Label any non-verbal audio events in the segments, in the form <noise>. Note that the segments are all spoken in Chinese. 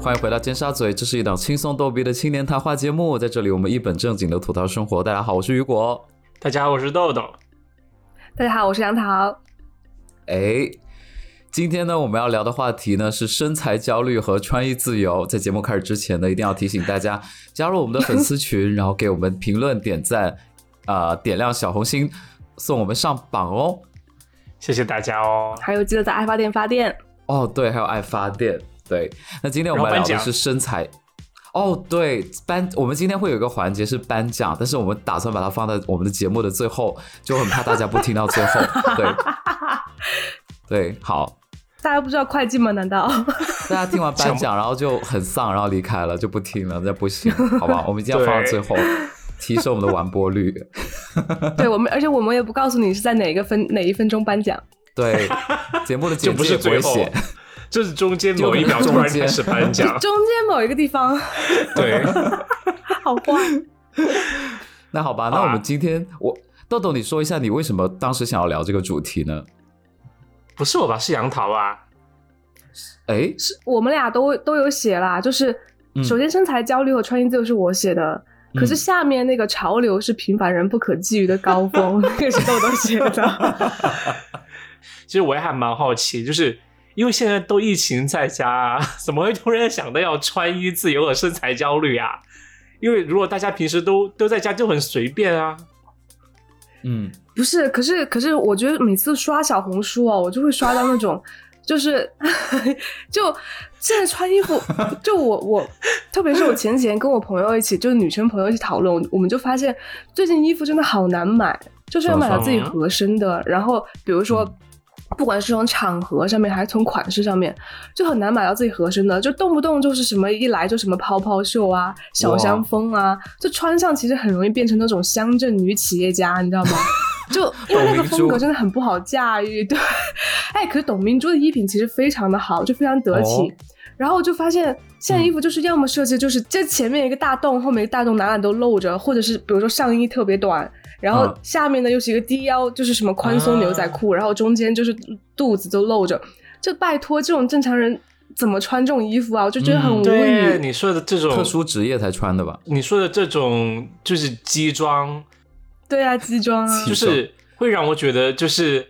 欢迎回到尖沙咀，这是一档轻松逗比的青年谈话节目，在这里我们一本正经的吐槽生活。大家好，我是雨果。大家好，我是豆豆。大家好，我是杨桃。哎，今天呢，我们要聊的话题呢是身材焦虑和穿衣自由。在节目开始之前呢，一定要提醒大家 <laughs> 加入我们的粉丝群，然后给我们评论、点赞，啊、点亮小红心，送我们上榜哦。谢谢大家哦。还有记得在爱发电发电。哦，对，还有爱发电。对，那今天我们然后聊颁的奖是身材。哦，对，颁我们今天会有一个环节是颁奖，但是我们打算把它放在我们的节目的最后，就很怕大家不听到最 <laughs> 后。对，对，好，大家不知道会计吗？<laughs> 难道大家听完颁奖，然后就很丧，然后离开了，就不听了，那不行，好吧？我们一定要放到最后，提升我们的完播 <laughs> 率。对我们，而且我们也不告诉你是在哪一个分哪一分钟颁奖。对，节目的这简不介也是不最会后写。，这是中间某一秒就可能突然中间开始颁啊 <laughs> 奖。中间某一个地方，对，好坏。那好吧，那好啊我们今天、我豆豆，你说一下你为什么当时想要聊这个主题呢？不是我吧？是杨桃啊。哎，我们俩都都有写啦，就是嗯首先身材焦虑和穿衣自由是我写的，可是嗯下面那个潮流是平凡人不可觊觎的高 <laughs> 峰，那个是豆豆写的。其实我也还蛮好奇，就是因为现在都疫情在家、 <laughs> 啊，怎么会突然想到要穿衣自由和身材焦虑啊？因为如果大家平时都都在家就很随便啊，嗯，不是，可是可是，我觉得每次刷小红书哦，我就会刷到那种，就是 <laughs> 就现在穿衣服，就我我，特别是我前几天跟我朋友一起，就是女生朋友一起讨论，我们就发现最近衣服真的好难买，就是要买到自己合身的，然后比如说。不管是从场合上面还是从款式上面，就很难买到自己合身的，就动不动就是什么一来就什么泡泡袖啊、小香风啊，就穿上其实很容易变成那种乡镇女企业家，你知道吗？就 <laughs> 因为那个风格真的很不好驾驭，对。哎，可是董明珠的衣品其实非常的好，就非常得体。哦嗯然后我就发现，现在衣服就是要么设计就是这前面一个大洞，后面一个大洞哪哪都露着，或者是比如说上衣特别短，然后嗯啊下面呢又是一个低腰，就是什么宽松牛仔裤，然后中间就是肚子都露着。这拜托，这种正常人怎么穿这种衣服啊？我就觉得很嗯无对语。你说的这种特殊职业才穿的吧？你说的这种就是基装，对啊，西装啊，基就是会让我觉得，就是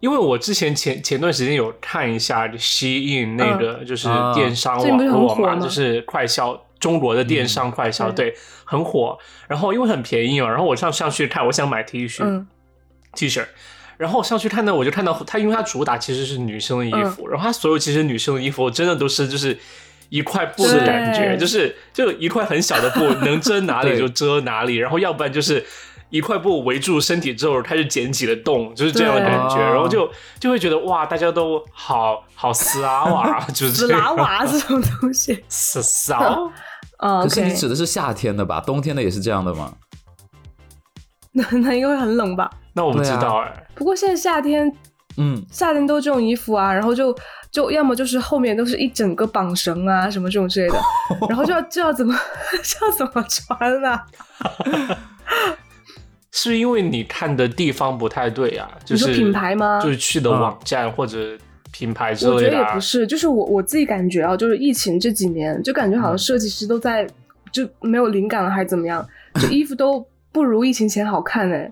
因为我之前前前段时间有看一下 Shein 那个就是电商嗯啊最近不网是络很火嘛，吗就是快销中国的电商快销，嗯对，很火。然后因为很便宜嘛，然后我上上去看，我想买 T 恤、嗯 T 恤。然后上去看呢，我就看到它，因为它主打其实是女生的衣服，然后它所有其实女生的衣服真的都是就是一块布的是感觉，对就是就一块很小的布，能遮哪里对就遮哪里，然后要不然就是一块布围住身体之后，它就剪几个洞，就是这样的感觉，对然后就就会觉得哇，大家都好好丝啊哇，就是死这 <laughs> 拉样娃这种东西丝丝啊，啊。哦可是 OK，你指的是夏天的吧？冬天的也是这样的吗？那 <laughs> 那应该会很冷吧？那我不对知啊道哎、不过现在夏天嗯，夏天都这种衣服啊，然后就就要么就是后面都是一整个绑绳啊什么这种之类的，然后就要就要怎么 <laughs> 就要怎么穿啊？是因为你看的地方不太对啊，就是你说品牌吗就是去的网站或者品牌之我类觉得的、也啊不。是，就是我我自己感觉啊，就是疫情这几年，就感觉好像设计师都在、就没有灵感了，还是怎么样？就衣服都不如疫情前好看哎、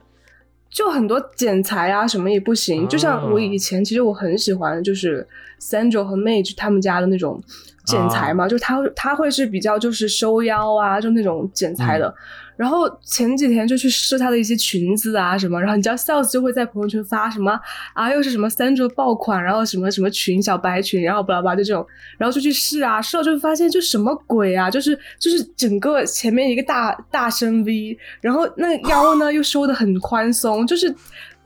就很多剪裁啊什么也不行。就像我以前，其实我很喜欢就是 Sandro 和 Mage 他们家的那种剪裁嘛，就他他会是比较就是收腰啊，就那种剪裁的。然后前几天就去试她的一些裙子啊什么，然后你知道 sales 就会在朋友圈发什么啊，又是什么三折爆款，然后什么什么裙小白裙，然后巴拉巴拉就这种，然后就去试啊，试了就发现就什么鬼啊，就是就是整个前面一个大大深 V，然后那个腰呢又收的很宽松，就是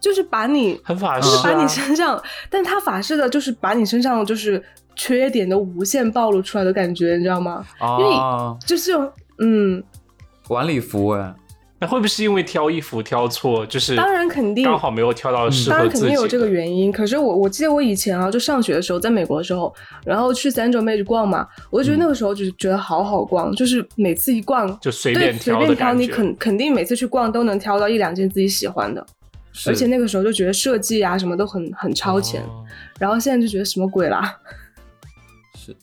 就是把你很法就是式、把啊你，身上，但他法式的就是把你身上就是缺点都无限暴露出来的感觉，你知道吗？啊因为哦，就是这种嗯。晚礼服哎，那会不会是因为挑衣服挑错？就是当然肯定刚好没有挑到适当合然自肯己的。定有这个原因，可是我我记得我以前啊，就上学的时候，在美国的时候，然后去三 a n 逛嘛，我就觉得嗯那个时候就是觉得好好逛，就是每次一逛就随对便随挑便的挑，感你觉。肯肯定每次去逛都能挑到一两件自己喜欢的，是而且那个时候就觉得设计啊什么都很很超前，哦然后现在就觉得什么鬼啦，是。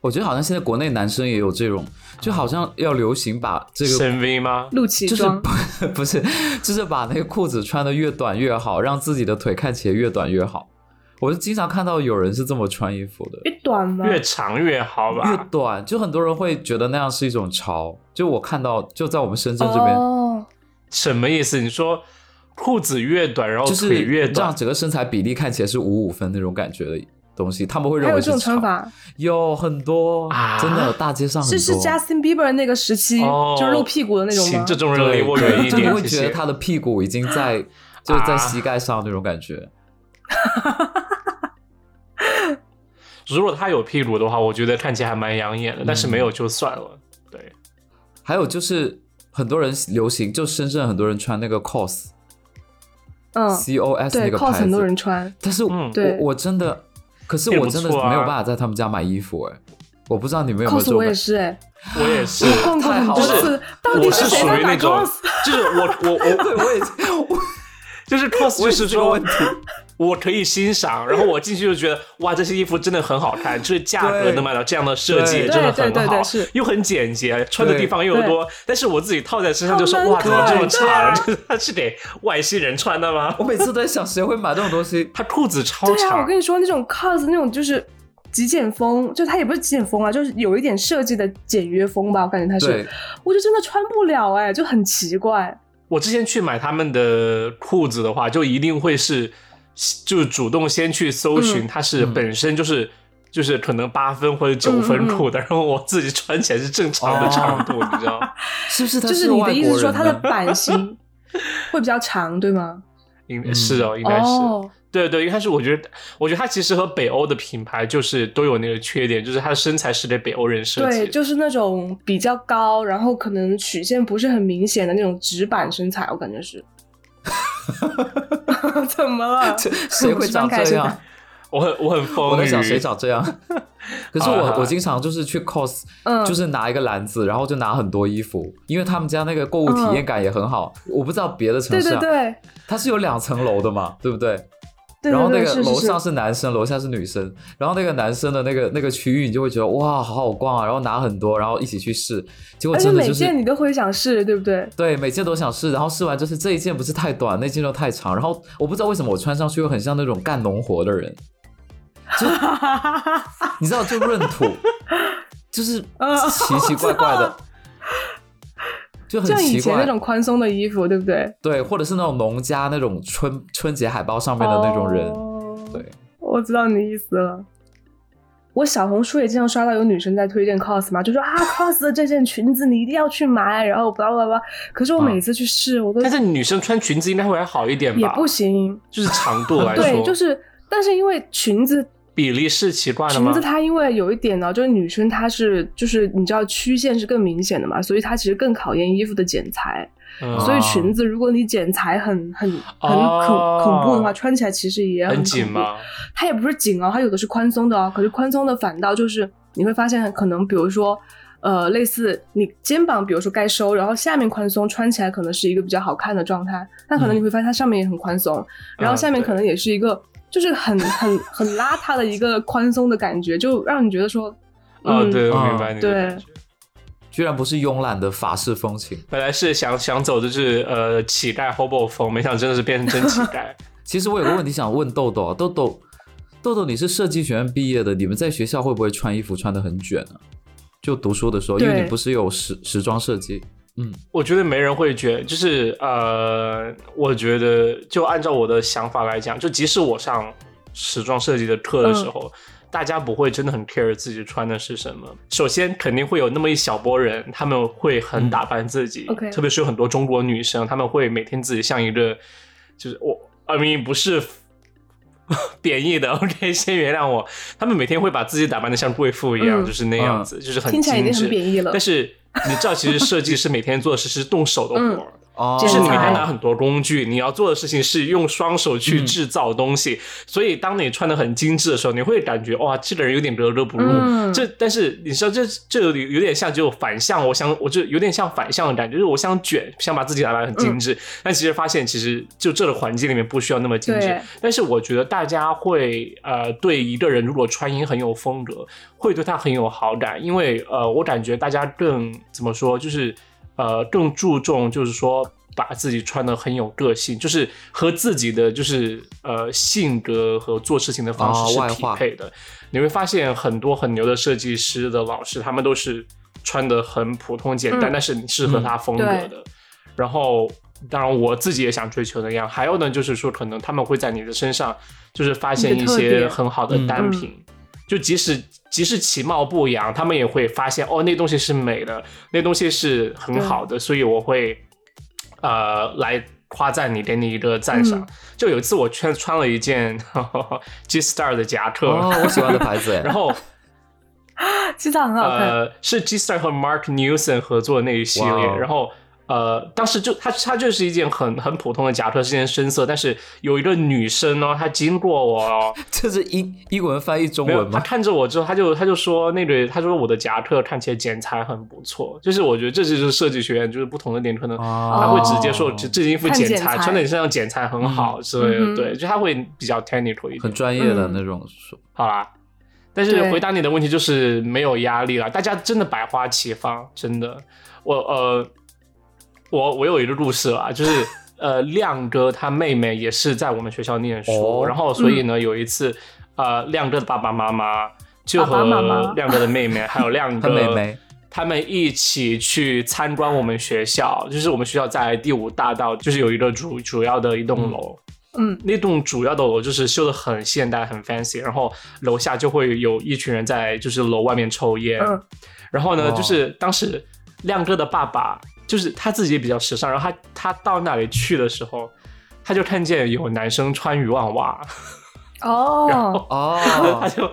我觉得好像现在国内男生也有这种，就好像要流行把这个深 V 吗？露脐就是装，不 <laughs> 不是就是把那个裤子穿的越短越好，让自己的腿看起来越短越好。我就经常看到有人是这么穿衣服的，越短吗？越长越好越吧？短，就很多人会觉得那样是一种潮。就我看到，就在我们深圳这边，哦，什么意思？你说裤子越短，然后就是哦腿越让短，整个身材比例看起来是五五分那种感觉的东西，他们会还认有为这是种穿潮。法，有很多，啊真的大街上很是多。是 Justin Bieber 那个时期，哦就是露屁股的那种行，吗？这种人对离我远一就你点，会谢觉得谢。啊他的屁股已经在就在膝盖上那种感觉。如果他有屁股的话，我觉得看起来还蛮养眼的，但是没有就算了。对，还有就是很多人流行，就深圳很多人穿那个 cos 嗯， C O S 那对个牌，cos 子，很多人穿，但是嗯我对我真的，可是也我不真的错啊没有办法在他们家买衣服哎，我不知道你们有没有这 cos 种我感也觉。是哎，我也是， <laughs> 我逛过太很好多了次，到底我是谁属在于打那种 cos？， <laughs> 就是我我我对，我也 <laughs> 我就 <laughs> 是 cos 我就也是是这个说问题。我可以欣赏，然后我进去就觉得哇，这些衣服真的很好看，就是价格对能买到这样的设计对真的很对对好对是，又很简洁，穿的对地方又多，但是我自己套在身上就说好难啊哇，怎么这么看 <laughs> 长？它是给外星人穿的吗我？每次都在想，谁会买这种东 <laughs> 西？它裤子超对啊，我长跟，你说，那种 cos 那种就是极简风，就它也不是极简风啊，就是有一点设计的简约风吧，我感觉它对是，，我就真的穿不了哎，就很奇怪。我之前去买他们的裤子的话，就一定会是，就主动先去搜寻嗯它是嗯本身就是、就是可能八分或者九分嗯嗯嗯裤的，然后我自己穿起来是正常的哦长度，你知道吗？是不是他就是外你国的人意思是说它的呢 <laughs> 版型会比较长，对吗？应嗯是哦，应该是。哦，对对，一开始我觉得，我觉得它其实和北欧的品牌就是都有那个缺点，就是它的身材是给北欧人设计对，的。就是那种比较高，然后可能曲线不是很明显的那种直板身材，我感 <laughs> 觉是。 <laughs> 怎么了？这谁会长这样？我很我很风我在雨，想谁长这样。可是好啊我好啊我经常就是去 cos，嗯就是拿一个篮子，然后就拿很多衣服，因为他们家那个购物体验感也很好。我不知道别的城对市嗯对啊，对它是有两层楼的嘛，对不对？对然后对那对，个是楼是上是。是男生，楼下是女生。然后那个男生的那个那个区域，你就会觉得哇，好好逛啊，然后拿很多，然后一起去试。结果而且真的每就是件你都会想试，对不对？对，每件都想试，然后试完就是这一件不是太短，那件就太长，然后我不知道为什么我穿上去会很像那种干农活的人， <laughs> 就你知道就闰土，就是嗯奇奇怪怪 <laughs> 的，就很像以奇前那怪。种宽松的衣服，对不对？对，或者是那种农家那种春春节海报上面的那种人，哦对，我知道你意思了。我小红书也经常刷到有女生在推荐 cos 嘛，就说啊 cos 的这件裙子你一定要去买，然后巴拉巴拉。可是我啊每次去试，我都但是女生穿裙子应该会还好一点也吧？不行。就是长度来说， <laughs> 对，就是，但是因为裙子比例是奇怪的裙吗子？它因为有一点呢，就是女生她是就是你知道曲线是更明显的嘛，所以它其实更考验衣服的剪裁。嗯所以啊裙子如果你剪裁很很很恐、哦恐怖的话，穿起来其实也很恐紧怖吗？它也不是紧哦，它有的是宽松的哦。可是宽松的反倒就是你会发现，可能比如说，呃，类似你肩膀，比如说该收，然后下面宽松，穿起来可能是一个比较好看的状态。但可能嗯你会发现它上面也很宽松，然后下面啊对可能也是一个就是很很很邋遢的一个宽松的感觉，就让你觉得说，嗯，哦，对，我嗯明白你的对感觉。居然不是慵懒的法式风情。本来是想想走就是呃乞丐 hobo 风，没想到真的是变成真乞丐。其实我有个问题想问豆豆啊，豆豆，豆豆，你是设计学院毕业的，你们在学校会不会穿衣服穿得很卷啊？就读书的时候，因为对你不是有时时装设计，嗯，我觉得没人会觉就是呃，我觉得就按照我的想法来讲，就即使我上时装设计的课的时候，嗯大家不会真的很 care 自己穿的是什么。首先，肯定会有那么一小波人，他们会很打扮自己，嗯，OK 特别是有很多中国女生，她们会每天自己像一个，就是我，I mean 不是贬义的，OK，先原谅我，她们每天会把自己打扮的像贵妇一样，嗯就是那样子，就是很听起来已精经致很。贬义了嗯但。是你知道，其实设计师每天做的事是动手的活儿，哦，就是你剪裁要拿很多工具，你要做的事情是用双手去嗯制造东西。所以当你穿的很精致的时候，你会感觉哇，这个人有点格格不入。嗯这但是你知道，这这有有点像就反向，我想我就有点像反向的感觉，就是我想卷，想把自己打扮得很精嗯致，但其实发现其实就这个环境里面不需要那么精致对。但是我觉得大家会呃对一个人如果穿衣很有风格，会对他很有好感，因为呃，我感觉大家更怎么说，就是呃，更注重就是说把自己穿的很有个性，就是和自己的就是呃性格和做事情的方式哦外是匹化配的。你会发现很多很牛的设计师的老师，他们都是穿的很普通简单，嗯但是你适合他风格对的。然后，当然我自己也想追求那样。还有呢，就是说可能他们会在你的身上，就是发现你一的特些点很好的嗯单嗯品。就即使即使其貌不扬，他们也会发现哦，那东西是美的，那东西是很好的，所以我会呃来夸赞你，给你一个赞赏。嗯就有一次我穿穿了一件 <laughs> G Star 的夹克，哦，我喜欢的牌子哎， <laughs> 然 <laughs> 后其实它很好看。呃，是 G Star 和 Mark Newson 合作的那一系列，哇哦然后。呃，当时就它它就是一件很很普通的夹克，是件深色，但是有一个女生呢，她经过我哦，这是英英文翻译中没有，文他吗？看着我之后，他就他就说那个，他说我的夹克看起来剪裁很不错，就是我觉得这就是设计学院就是不同的点，可能哦他会直接说哦这这件衣服看剪剪裁，裁穿在你身上剪裁很好之类嗯的，哼对，就他会比较 technical 一很点，专业的嗯那种说，好啦。但是对回答你的问题就是没有压力了，大家真的百花齐放，真的。我呃，我我有一个故事啦，就是 <laughs> 呃，亮哥他妹妹也是在我们学校念书，哦然后所以嗯呢，有一次呃，亮哥的爸爸妈妈就和爸爸妈 <laughs> 妈亮哥的妹妹还有亮哥他妹妹他们一起去参观我们学校，就是我们学校在第五大道，就是有一个主主要的一栋嗯楼，嗯，那栋主要的楼就是修的很现代、很 fancy，然后楼下就会有一群人在就是楼外面抽烟。嗯然后呢，哦就是当时亮哥的爸爸，就是他自己也比较时尚，然后他他到那里去的时候，他就看见有男生穿渔网袜，哦， <laughs> 他哦，就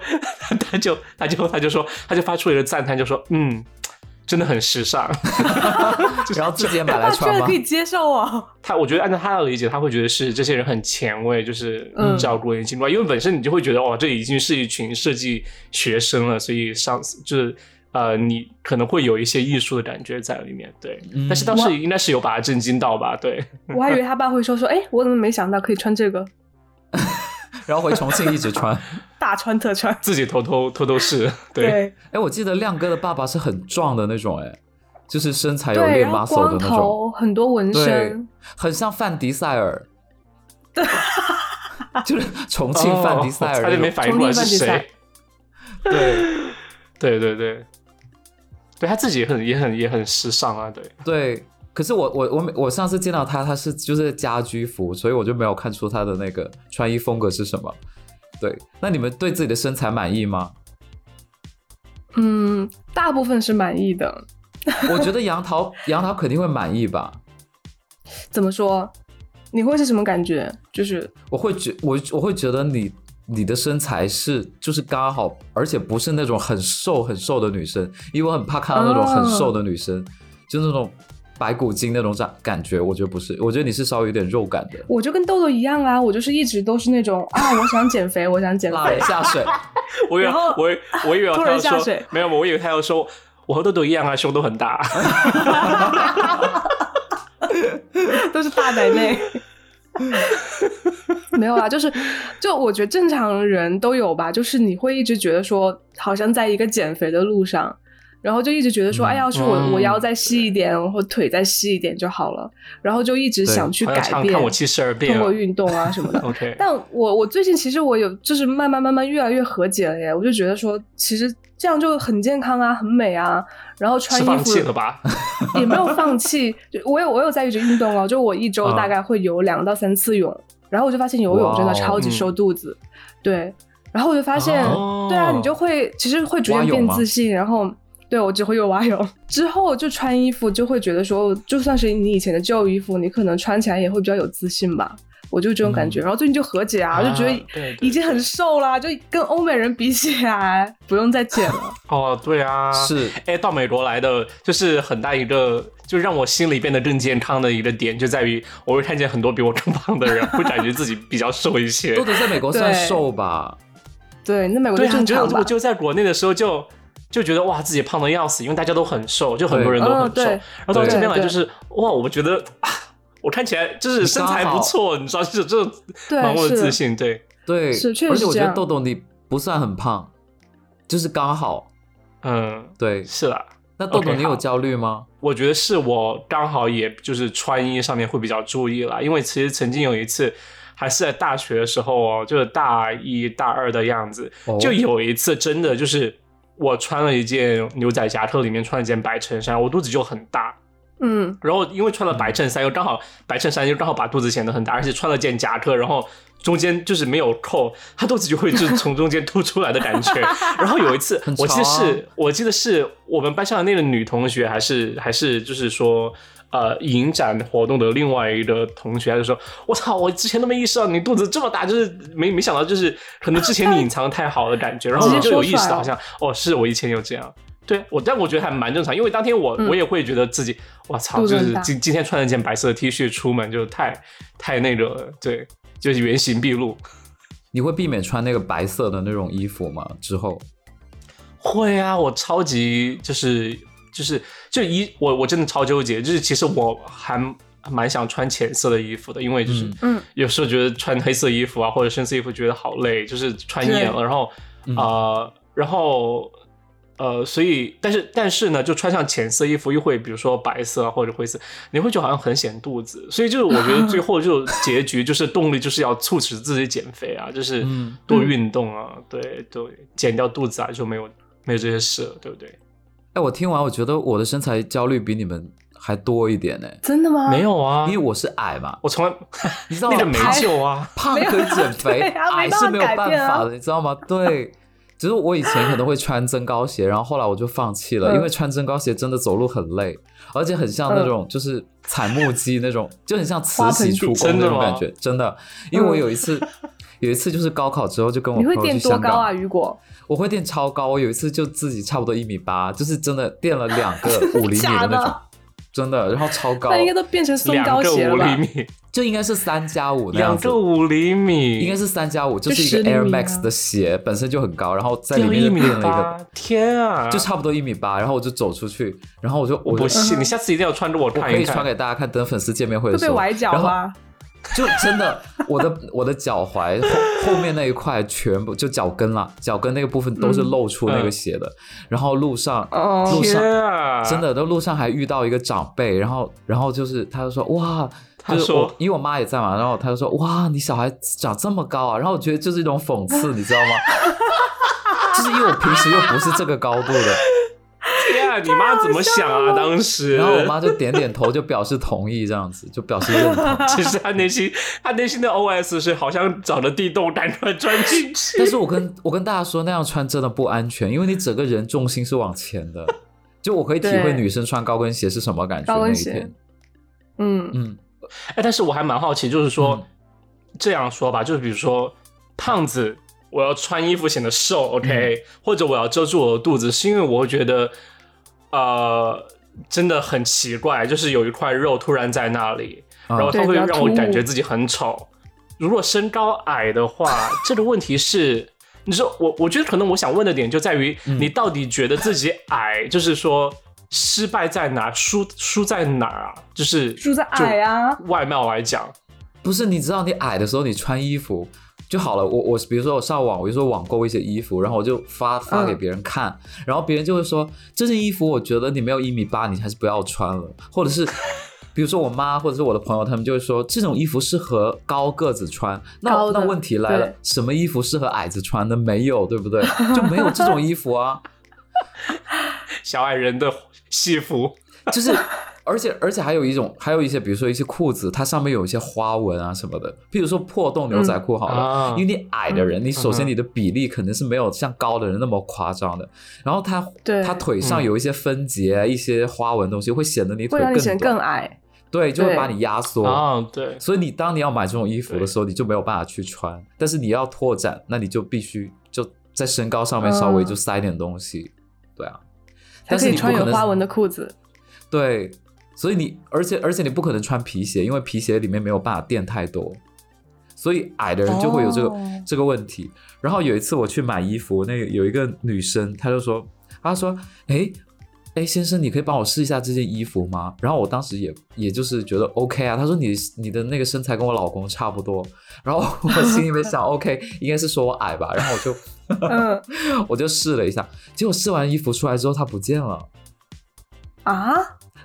他就他就他就说他就发出一个赞叹，就说嗯，真的很时尚。然后自己也买哇，来这穿个吗可？以接受哦。 <laughs> 他我觉得按照他的理解，他会觉得是这些人很前卫，就是嗯照顾人性观，因为本身你就会觉得哦，这已经是一群设计学生了，所以上就是呃，你可能会有一些艺术的感觉在里面，对。嗯但是当时应该是有把他震惊到吧，对。我还以为他爸会说说，哎，我怎么没想到可以穿 <laughs> 这个，然后回重庆一直穿。大穿特穿。自己偷偷偷偷试， <laughs> 对，哦哎，我记得亮哥的爸爸是很壮的那种，哎，就是身材有对，练然后 muscle 光的那种，头，很多纹对身，，很像范迪塞尔， <laughs> 就是重庆哦范迪塞我差尔点没那种，反应过来是重庆范谁迪。对对对对，对他自己也很也很也很时尚啊，对。对。可是我我我每我上次见到他，他是就是家居服，所以我就没有看出他的那个穿衣风格是什么。对，那你们对自己的身材满意吗？嗯，大部分是满意的。我觉得杨桃杨桃肯定会满意吧。怎么说？你会是什么感觉？就是我会觉我我会觉得你你的身材是就是刚好，而且不是那种很瘦很瘦的女生，因为我很怕看到那种哦很瘦的女生，就那种白骨精那种感感觉，我觉得不是，我觉得你是稍微有点肉感的，我就跟豆豆一样啊，我就是一直都是那种啊，我想减肥，我想减辣肥人。下 <laughs> 水，我以为然后我以我以为 <laughs> 突他然要下说水没有，我以为他要说我和豆豆一样啊，胸都很大。都是大奶妹。没有啦，啊就是，就我觉得正常人都有吧，就是你会一直觉得说，好像在一个减肥的路上，然后就一直觉得说，嗯哎呀，要是我、嗯我腰再细一点，或腿再细一点就好了，然后就一直对想去 <laughs> 我要改唱变，看我七十二变通。过运动啊什么的。 OK，但我我最近其实我有就是慢慢慢慢越来越和解了耶，我就觉得说，其实这样就很健康啊，很美啊，然后 <laughs> 穿是衣服放弃了吧？ <laughs> <laughs> 也没有放弃，就我有我有在一直运 <laughs> 动哦，就我一啊周大概会游两到三次泳，然后我就发现游泳真的超级瘦肚子，对，然后我就发现，嗯哦对啊，你就会其实会逐渐蛙泳变吗自信，然后对我只会游蛙泳， <laughs> 之后就穿衣服就会觉得说，就算是你以前的旧衣服，你可能穿起来也会比较有自信吧。我就这种感觉。嗯然后最近就和解啊，我就觉得对对已经很瘦啦，就跟欧美人比起来，不用再 <laughs> 减了。哦，对啊，是哎，到美国来的就是很大一个，就让我心里变得更健康的一个点，就在于我会看见很多比我更胖的人，会感觉自己比较瘦一些豆。豆在美国算对瘦吧？对，那美国对就啊，正就常吧我。就在国内的时候就就觉得哇，自己胖的要死，因为大家都很瘦，就很多人都很嗯，瘦。对，然后到对这边来对就是哇，我觉得啊，我看起来就是身材不错，你知道，就是这种对盲目的是自信，对，对，是确实而且我是这觉得样豆豆你不算很胖，就是刚好。嗯，对，是啦。那豆豆 OK，你有好焦虑吗？我觉得是我刚好也就是穿衣上面会比较注意啦，因为其实曾经有一次，还是在大学的时候哦，就是大一大二的样子，哦就有一次真的就是我穿了一件牛仔夹克，里面穿了一件白衬衫，我肚子就很大，嗯，然后因为穿了白衬衫，又刚好白衬衫又刚好把肚子显得很大，而且穿了件夹克，然后中间就是没有扣，它肚子就会就是从中间凸出来的感 <laughs> 觉。然后有一次很，我记得潮啊是，我记得是我们班上的那个女同学，还是还是就是说。呃，影展活动的另外一个同学，他就说：“我操，我之前都没意识到你肚子这么大，就是没没想到，就是可能之前你隐藏太好的感觉，然后我 <laughs> 直接就有说意出来识到，了好像哦，是我以前有这样。”对我，但我觉得还蛮正常，因为当天我、嗯我也会觉得自己，我操，肚子就很是大今今天穿了件白色的 T 恤出门，就太太那个了，对，就是原形毕露。你会避免穿那个白色的那种衣服吗？之后会啊，我超级就是就是就一我我真的超纠结，就是其实我还蛮想穿浅色的衣服的，因为就是嗯嗯有时候觉得穿黑色衣服啊或者深色衣服觉得好累，就是穿厌了，对然后嗯呃，然后呃，所以但是但是呢，就穿上浅色衣服又会比如说白色啊或者灰色，你会觉得好像很显肚子，所以就是我觉得最后就结局就是动力就是要促使自己减肥啊，就是嗯多运动啊，对对，减掉肚子啊就没有没有这些事了，对不对？哎，我听完我觉得我的身材焦虑比你们还多一点呢，真的吗？没有啊，因为我是矮嘛，我从来你知道吗那个没胖救啊，胖可以减肥， <laughs> 没有对啊矮没办是法没有办改变法啊的，你知道吗？对，只是我以前可能会穿增高鞋，然后后来我就放弃了，嗯因为穿增高鞋真的走路很累，而且很像那嗯种就是踩木屐那种，就很像慈禧 <laughs> 出宫那种感觉，真的。因为我有一次，有一次就是高考之后就跟我你朋会友去垫多香高港啊，，雨果？我会垫超高，我有一次就自己差不多一米八，就是真的垫了两个五厘米的假那种的。真的，然后超高那，应该都变成松两糕个鞋五了厘吧？米，就应该是三加五那样两子。个五厘米，应该是三加五，就就是一个10厘 Air 米啊 Max 的鞋，本身就很高，然后在里掉面一就米垫了一八个，，天啊！就差不多一米八，然后我就走出去，然后我就我我就不 <laughs> 信，你下次一定要穿着我我看可一以穿看。给大家看，等粉丝见面会的会时被候，崴脚啊然后吗？就真的，我的我的脚踝后后面那一块全部就脚跟啦，脚跟那个部分都是嗯露出那个嗯鞋的，然后路上哦路天上啊！真的，都路上还遇到一个长辈，然后，然后就是他就说哇，他就是说我因为我妈也在嘛，然后他就说哇，你小孩长这么高啊，然后我觉得就是一种讽刺，你知道吗？ <laughs> 就是因为我平时又不是这个高度 <laughs> 的，天啊！你妈怎么想 <laughs> 啊？当时，然后 <laughs> 我妈就点点头，就表示同意，这样子就表示认 <laughs> 同。其实她内心，她内心的 OS 是好像找了地洞 <laughs> 赶快钻进但去。是我跟我跟大家说，那样穿真的不安全，因为你整个人重心是往前的。就我可以体会对女生穿高跟鞋是什么感觉高那跟一鞋天，嗯，嗯，哎，但是我还蛮好奇，就是说、嗯这样说吧，就是比如说胖子，我要穿衣服显得瘦，OK，、或嗯者我要遮住我的肚子，是因为我会觉得，呃，真的很奇怪，就是有一块肉突然在那里，啊然后它对会比较让我突感觉兀自己很丑。如果身高矮的话，这个问题是，你说我我觉得可能我想问的点就在于，嗯你到底觉得自己矮， <laughs> 就是说失败在哪，输输在哪儿啊？就是住在矮啊，就外貌来讲，不是，你知道你矮的时候你穿衣服就好了。我我比如说我上网，我就说网购一些衣服，然后我就嗯发发给别人看，然后别人就会说这件衣服我觉得你没有一米八，你还是不要穿了，或者 <laughs> 是。比如说我妈或者是我的朋友，他们就会说这种衣服适合高个子穿。那高的那问题来了对，什么衣服适合矮子穿的？没有，对不对？就没有这种衣服啊。小矮人的戏服，就是，而且而且还有一种，还有一些，比如说一些裤子，它上面有一些花纹啊什么的，譬如说破洞牛仔裤好嗯了，啊因为你矮的人，你首先嗯哼你的比例肯定是没有像高的人那么夸张的，然后它对嗯啊它腿上有一些分节、一些花纹东西，会显得你腿会让你显更得更短。矮。对，就会把你压缩。啊，对，所以你当你要买这种衣服的时候，你就没有办法去穿。但是你要拓展，那你就必须就在身高上面稍微就塞点东西，对啊。嗯还但可是以你不穿可有能花纹的裤子。对，所以你而且而且你不可能穿皮鞋，因为皮鞋里面没有办法垫太多，所以矮的人就会有这个、哦这个问题。然后有一次我去买衣服，那个有一个女生，她就说，她说，哎。哎，先生，你可以帮我试一下这件衣服吗？然后我当时也也就是觉得 OK 啊。她说你你的那个身材跟我老公差不多，然后我心里面想 OK，应 <laughs> 该是说我矮吧。然后我就嗯 <laughs> 我就试了一下，结果试完衣服出来之后它不见了，啊，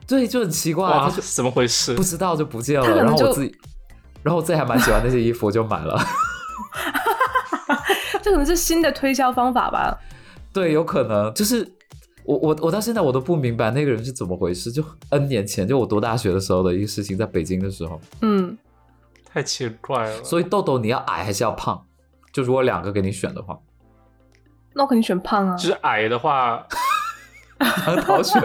对，就很奇怪，哇，它就怎么回事不？知道就不见他了。可能然后我就自己，然后我自己还蛮喜欢那些衣服，我就买 <laughs> 了。这可能是新的推销方法吧？对，有可能就是我我我到现在我都不明白那个人是怎么回事。就 N 年前，就我读大学的时候的一个事情，在北京的时候。嗯，太奇怪了。所以豆豆，你要矮还是要胖？就如果两个给你选的 <laughs> 话，那我肯定选胖啊。就是矮的话，很好选。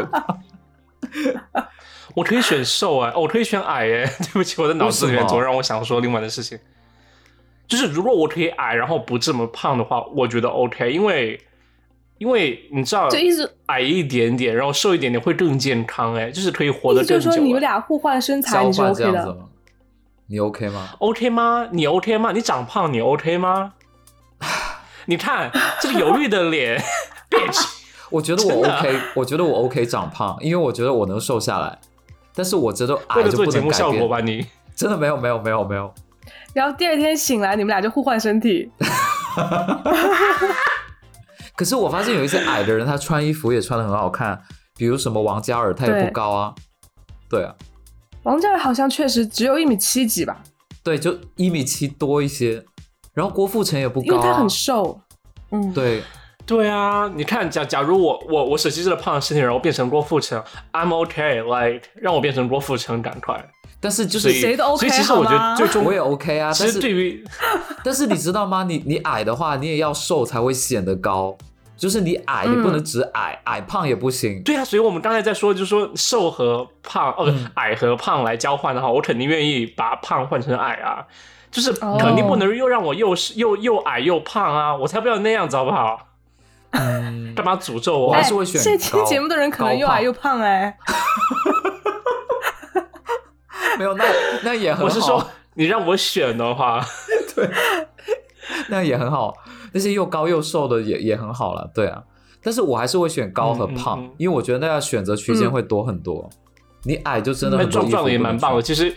我可以选瘦哎、哦我可以选矮哎、 <laughs> 对不起，我的脑子里为什面么总让我想说另外的事情。就是如果我可以矮，然后不这么胖的话，我觉得 OK，因为因为你知道，就意思矮一点点，然后瘦一点点会更健康哎、就是可以活意得思就更是久说哎、你们俩互换身材，交你是换 OK 这样子的。吗？你 OK 吗？ OK 吗？你 OK 吗？你长胖你 OK <laughs> 吗？你看这个犹豫的 <laughs> 脸，bitch，我觉得我真的啊 OK，我觉得我 OK 长胖，因为我觉得我能瘦下来。但是我觉得为矮了哎就做不节能目改效果吧变，你。真的没有没有没有没有，然后第二天醒来，你们俩就互换身体。可是我发现有一些矮的人，他穿衣服也穿的很好看，比如什么王嘉尔，他也对不高啊，对啊，王嘉尔好像确实只有一米七几吧，对，就一米七多一些。然后郭富城也不因高、为啊，他很瘦。嗯，对，对啊，你看，假假如我我我舍弃这个胖的身体，然后变成郭富城，I'm OK，like 让我变成郭富城，赶快。但是就所以是谁都所 OK，以其实我觉好吗得最终我也 OK 啊，其但实对是于但是你知道吗？你你矮的话，你也要瘦才会显得高，就是你矮，你不能只矮，矮胖也不行。对啊，所以我们刚才在说，就是说瘦和胖，哦，嗯矮和胖来交换的话，我肯定愿意把胖换成矮啊，就是哦肯定不能又让我又又又矮又胖啊，我才不要那样子，好不好？嗯，干嘛诅咒我我还哎，是会选这期高节目的人可能又高矮胖又胖哎， <laughs> 没有，那那也很好，啊我是说，你让我选的话， <laughs> 那也很好，那些又高又瘦的也也很好了，对啊。但是我还是会选高和胖，嗯嗯嗯因为我觉得那样选择嗯区间会多很多。你矮就真的那很多壮壮的也衣服不蛮能棒的。穿其实，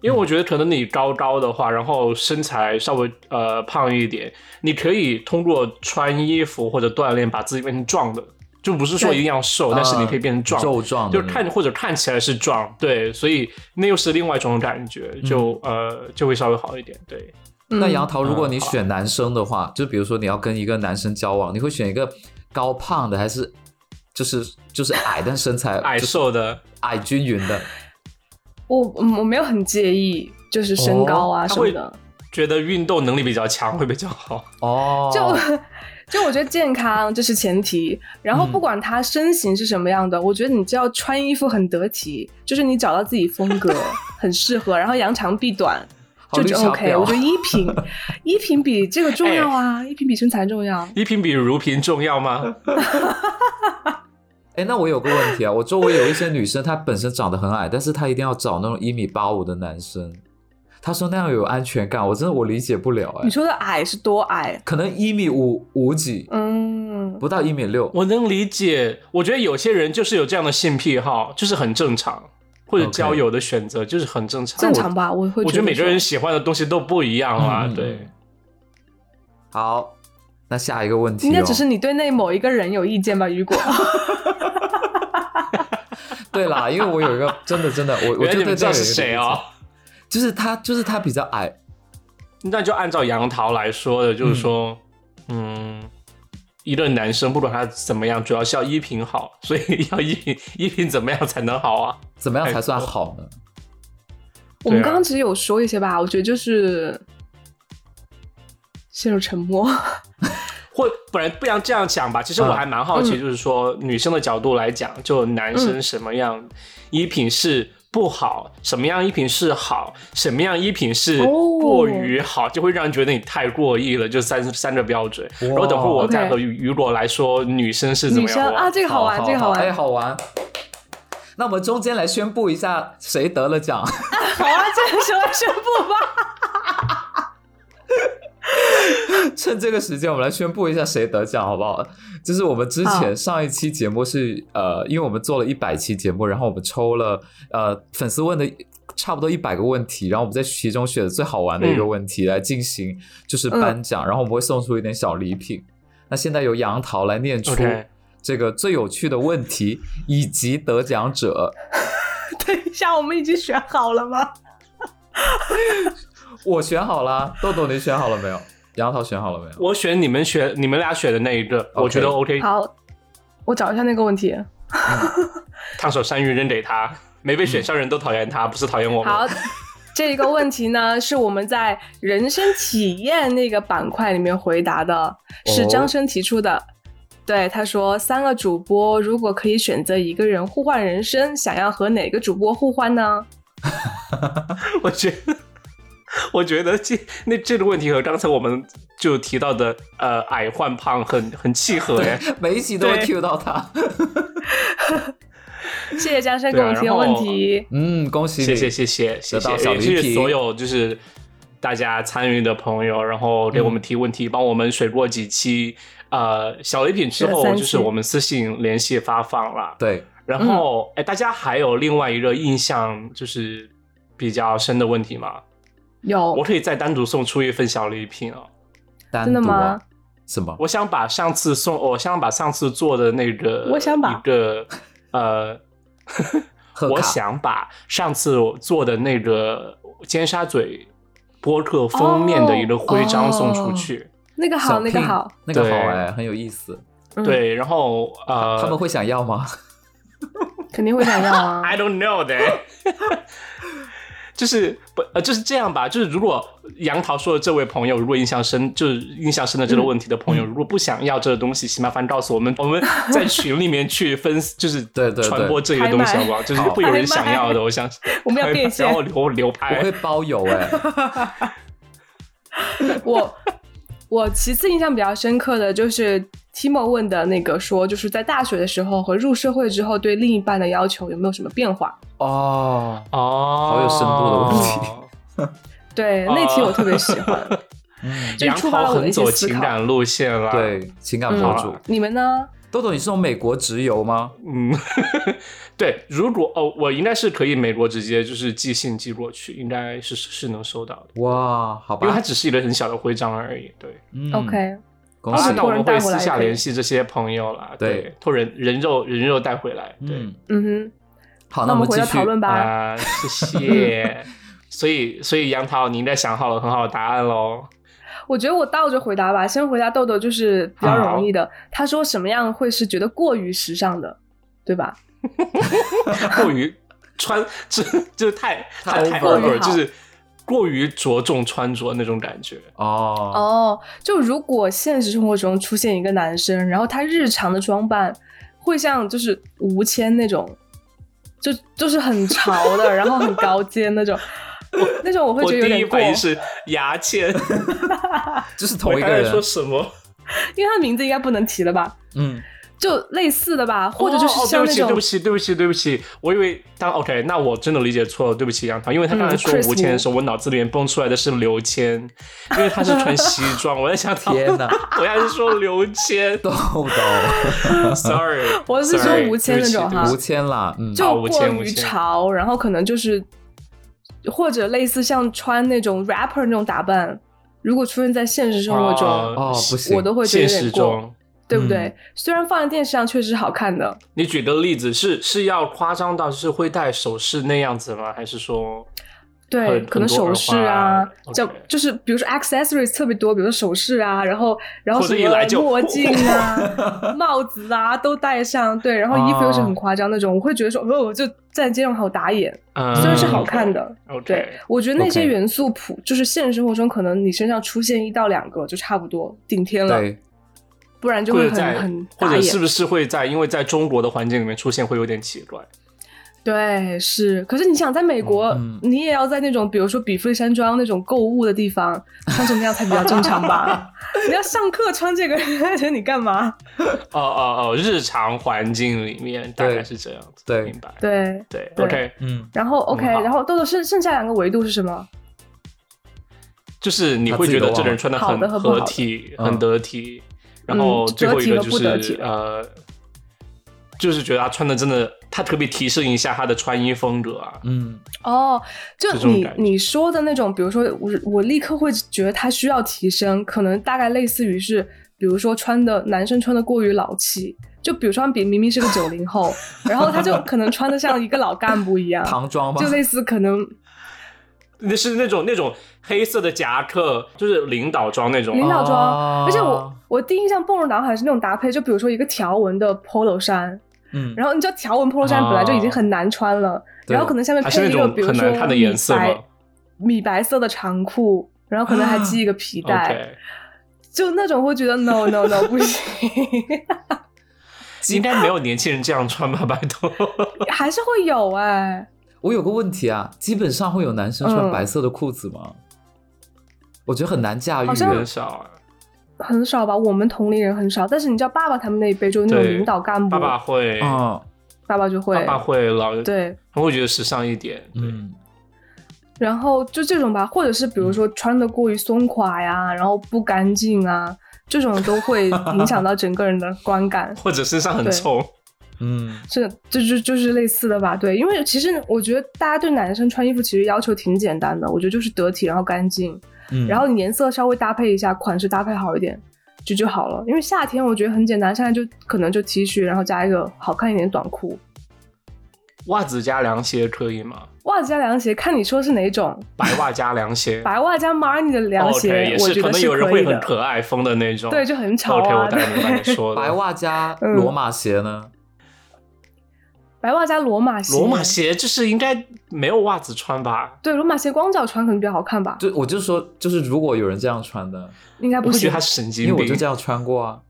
因为我觉得可能你高高的话，然后身材稍微呃胖一点，你可以通过穿衣服或者锻炼把自己变成壮的，就不是说一定要瘦，但是你可以变成壮，嗯肉壮的就那种，看或者看起来是壮，对，所以那又是另外一种感觉，就、呃就会稍微好一点，对。嗯那杨桃，如果你嗯好选男生的话，就比如说你要跟一个男生交往，你会选一个高胖的，还是就是就是矮但身材矮就是瘦的，矮均匀的？我嗯我没有很介意，就是身高啊哦他什么会的，觉得运动能力比较强会比较好。哦，就就我觉得健康这是前提，然后嗯不管他身形是什么样的，我觉得你只要穿衣服很得体，就是你找到自己风 <laughs> 格很适合，然后扬长避短。好就绿就茶 OK，婊我觉得衣 <laughs> 品，衣品比这个哎重要啊，衣品比身材重要。衣品比如品重要吗？哎，那我有个问题啊，我周围有一些女生，她本身长得很矮，但是她一定要找那种一米八五的男生，她说那样有安全感，我真的我理解不了哎你，说的矮是多矮？可能一米五五几，嗯，不到一米六， <laughs> 我能理解，我觉得有些人就是有这样的性癖好，就是很正常，或者 OK 交友的选择就是很正常。正常吧，我会我，我觉得每个人说喜欢的东西都不一样啊。嗯嗯嗯对，好，那下一个问题、哦，应该只是你对那某一个人有意见吧，雨果。对啦，因为我有一个真的真的，我我原来就对你们知这道个有是一个谁理哦解，。就是他就是他比较矮，那就按照杨桃来说的，就是说，嗯。一个男生不管他怎么样，主要是要衣品好，所以要衣品衣品怎么样才能好啊？怎么样才算好呢？我们对啊刚刚其实有说一些吧，我觉得就是陷入沉默。或不然不然这样讲吧，其实我嗯还蛮好奇，嗯就是说、女生的角度来讲，就男生什么样衣品是不好，什么样衣品是好，什么样衣品哦是过于好，就会让人觉得你太过意了，就三三个标准。然后等会儿我再 OK 和雨雨果来说女生是怎女么生样啊，的。这个好玩，这个好哎，玩，好玩。那我们中间来宣布一下谁得了奖，好啊，这个时候宣布吧。 <laughs> 趁这个时间我们来宣布一下谁得奖，好不好？就是我们之好前上一期节目是呃，因为我们做了一百期节目，然后我们抽了呃粉丝问的差不多一百个问题，然后我们在其中选最好玩的一个嗯问题来进行就是颁奖，然后我们会送出一点小礼品。那现在由杨桃来念出 OK 这个最有趣的问题以及得奖者。等一下，我们已经选好了吗？我选好啦，豆豆你选好了没有？杨桃选好了没有？我选你们选你们俩选的那一个 OK 我觉得 OK。好，我找一下那个问题。烫手山芋扔给他，没被选上人都讨厌他，不是讨厌我们。好， <laughs> 这一个问题呢，是我们在人生体验那个板块里面回答的，是哦张生提出的。对，他说三个主播如果可以选择一个人互换人生，想要和哪个主播互换呢？我觉得，我觉得这那这个问题和刚才我们就提到的呃矮换胖很很 <laughs> 契合哎。每一集都会 <laughs> 对 Q 到他。谢谢张生给我们提对的啊然问后题。嗯，恭喜你，谢谢谢谢谢得到谢，小也礼谢谢品所有就是大家参与的朋友，然后给我嗯们提问题，帮我们水过几期呃小礼品之是的后，三就是期我们私信联系发放了。对，嗯然后哎，大家还有另外一个印象就是比较深的问题吗？我有可以再单独送出一份小礼品哦。单真的独啊吗？什么？我想把上次送，我想把上次做的那个，我想把一个 <laughs> 呃， <laughs> 贺我卡想把上次我做的那个尖沙咀播客封面哦的一个徽章送出去。那个好，小那个 pin，好，那个好对哎，很有意思。嗯，对，然后呃，他们会想要吗？肯定会想 <laughs> 要啊。 I don't know that 就是不呃，就是这样吧。就是如果杨桃说的这位朋友，如果印象深，就是印象深的这个问题的朋嗯友，如果不想要这个东西，请麻烦告诉我们，我们在群里面 <laughs> 去分，就是对对对传播这个东西好不好？就是会有人想要的，我 <laughs> 想我们要变 <laughs> 现然后流流我拍会包邮 <laughs> 哎。我我其次印象比较深刻的就是 Timo 问的那个说，就是在大学的时候和入社会之后对另一半的要求有没有什么变化？哦，哦， <laughs> 好有深度的问题。对，那题我特别喜欢。嗯，<laughs> 就杨触发桃了我的很一些走思情考感路线了，，对，情感嗯博主。你们呢？豆豆，你是从美国直邮吗？嗯， <laughs> 对，如果哦，我应该是可以美国直接就是寄信寄过去，应该是是能收到的，哇，好因为它吧。只是一个很小的徽章而已。对，嗯 OK，恭好喜啦哦那托我人们会带回私来也下可以联系这些朋友啦，对对，托人人肉人肉带回来，对嗯，嗯好，哼，那我们继回到续讨论吧。啊，谢 <laughs> 谢。所以，所以杨桃，你应该想好了很好的答案喽。我觉得我倒着回答吧，先回答豆豆就是比较容易的。他说什么样会是觉得过于时尚的，对吧？过于穿，这这太太太太 over 了 over，了就是过于着重穿着那种感觉。哦。哦，就如果现实生活中出现一个男生，然后他日常的装扮会像就是吴谦那种，就就是很潮的，然后很高阶那种，那种我会我觉得有第一点过，反应因是牙签，就是同我一个刚才人说。什么？为他的名字应该不能提了吧？ <laughs> 嗯，就类似的吧，或者就哦是哦对不像那起，种对不起，对不起，对不起，我以为当 OK，那我真的理解错了，对不起杨桃，因为他刚才嗯说，Chris 吴谦的时候，我脑子里面蹦出来的是刘谦，因为他是穿西装，我在 <laughs> 想，天哪，我还是说刘 <laughs> 谦 <laughs> 豆豆， ，sorry，我是说 sorry，吴谦那对不起对种不起哈吴谦啦，嗯，就啊吴过谦吴于谦潮，然后可能就是或者类似像穿那种 rapper 那种打扮，如果出现在现实生活中，哦哦，不行，我都会觉得现有实点过。中，对不对？嗯虽然放在电视上确实好看的，你举的例子是是要夸张到是会戴首饰那样子吗？还是说对，很可很能多首耳饰啊环，，OK 叫就是比如说 accessories 特别多，比如说首饰啊，然后然后或什者一来么就墨镜啊、帽子啊都戴上，对，然后衣服又是啊很夸张那种，我会觉得说，哦，我就站在街上好打眼，嗯，虽然是好看的， ，OK，对我觉得那些 OK 元素普就是现实生活中可能你身上出现一到两个就差不多顶天了，对，不然就或会者很在很或者打眼。是不是会在因为在中国的环境里面出现会有点奇怪？对，是。可是你想，在美国，嗯你也要在那种，比如说比弗利山庄那种购物的地方穿成那样才比较正 <laughs> 常吧？你要上课穿这个， <laughs> 人家觉得你干嘛？哦哦哦，日常环境里面大概对是这样子，对明白？对。对对，OK，嗯，然后 OK，、好然后豆豆剩剩下两个维度是什么？就是你会觉得这人穿的好很的和不好合的体，嗯很得体，然后嗯最后一个就得是体和不得体呃，就是觉得他穿的真的，他特别提升一下他的穿衣风格啊，嗯，哦，就这种你感觉你说的那种，比如说我我立刻会觉得他需要提升，可能大概类似于是，比如说穿的男生穿的过于老气，就比如说他比明明是个九零后，然后他就可能穿的像一个老干 <laughs> 部一样，唐装吗就？类似可能那是那种那种黑色的夹克，就是领导装那种领啊，导装，哦而且我我第一印象蹦入脑海是那种搭配，就比如说一个条纹的 polo 衫，嗯，然后你知道条纹 polo 衫本来就已经很难穿了，对然后可能下面哦还是配那一个种比如很说难看的颜色米吗白米白色的长裤，然后可能还系一个皮带，哦啊？OK，就那种会觉得 no no no 不行， <laughs> 应该没有年轻人这样穿吧，拜 <laughs> 托。还是会有哎、我有个问题啊，基本上会有男生穿嗯白色的裤子吗？我觉得很难驾驭好像耶很。少啊，很少吧，我们同龄人很少，但是你知道爸爸他们那一辈就是那种对领导干部，爸爸会，嗯爸爸就会爸爸会老，对。他会觉得时尚一点，对。嗯然后就这种吧，或者是比嗯。如说穿的过于松垮呀，然后不干净啊，这种都会影响到整个人的观感或者身上很对臭，嗯这这就就是类似的吧，对，因为其实我觉得大家对男生穿衣服其实要求挺简单的，我觉得就是得体，然后干净，嗯，然后你颜色稍微搭配一下，款式搭配好一点就就好了。因为夏天我觉得很简单，现在就可能就 T 恤，然后加一个好看一点的短裤，袜子加凉鞋可以吗？袜子加凉鞋，看你说是哪种，白袜加凉鞋， <laughs> 白袜加 Marni 的凉 o 鞋 k 哦也我觉可得能是有人可会以很的。可爱风的那种，对，就很吵 OK，我啊。大概明 <laughs> 白你对，说的。白袜加嗯罗马鞋呢？白袜加罗马鞋，罗马鞋就是应该没有袜子穿吧？对，罗马鞋光脚穿可能比较好看吧，就我就说，就是如果有人这样穿的，应该我不会觉行得他。是神因为经我就病这。样穿过啊。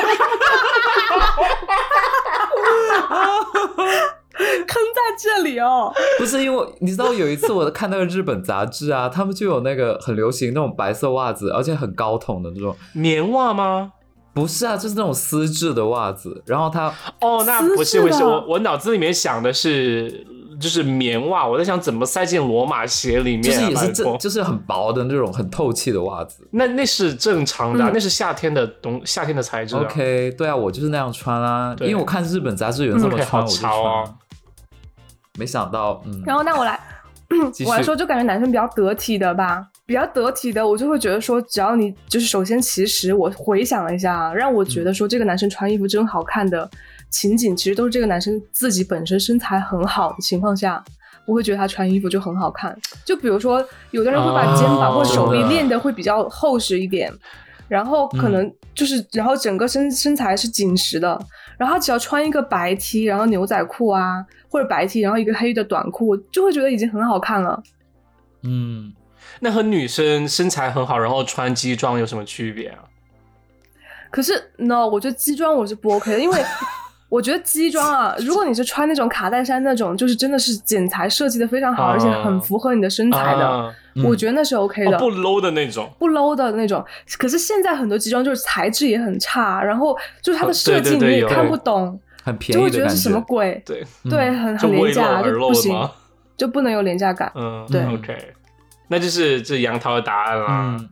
<laughs> 坑在这里 <laughs> 哦，不是因为你知道有一次我看那个日本杂志啊， <laughs> 他们就有那个很流行那种白色袜子，而且很高筒的那种。棉袜吗？不是啊，就是那种丝质的袜子，然后它哦，那不是一丝质的回事。我我脑子里面想的是就是棉袜，我在想怎么塞进罗马鞋里就面、是啊。也是拜托正，就是很薄的那种很透气的袜子。那那是正常的啊、嗯那是夏天的东夏天的材质、啊。 OK，对啊，我就是那样穿啊，因对为我看日本杂志有人这么 OK，穿，好我就潮穿啊。哦没想到，嗯，然后那 <laughs> 我来，继我来续说，就感觉男生比较得体的吧，比较得体的，我就会觉得说，只要你就是首先，其实我回想了一下啊，让我觉得说这个男生穿衣服真好看的情景，其实都是这个男生自己本身身材很好的情况下。我会觉得他穿衣服就很好看，就比如说，有的人会把肩啊膀或手臂哦练得会比较厚实一点，然后嗯可能就是，然后整个身身材是紧实的，然后他只要穿一个白 T，然后牛仔裤啊，或者白 T，然后一个黑的短裤，就会觉得已经很好看了。嗯，那和女生身材很好，然后穿基装有什么区别啊？可是 no，我觉得基装我是不 OK 的，因 <laughs> 为我觉得基装啊，如果你是穿那种卡戴珊那种，就是真的是剪裁设计的非常好，啊而且很符合你的身材的，啊嗯我觉得那是 OK 的。哦、不 low 的那种。不 low 的那种，可是现在很多基装就是材质也很差，然后就是它哦的设对对计你对也有看不懂，很便就宜会的觉感得是什么鬼，对，嗯对，很就很为露廉价，而就露不的行，吗？ <laughs> 就不能有廉价感。嗯，对，OK，那就是这杨桃的答案啦。嗯，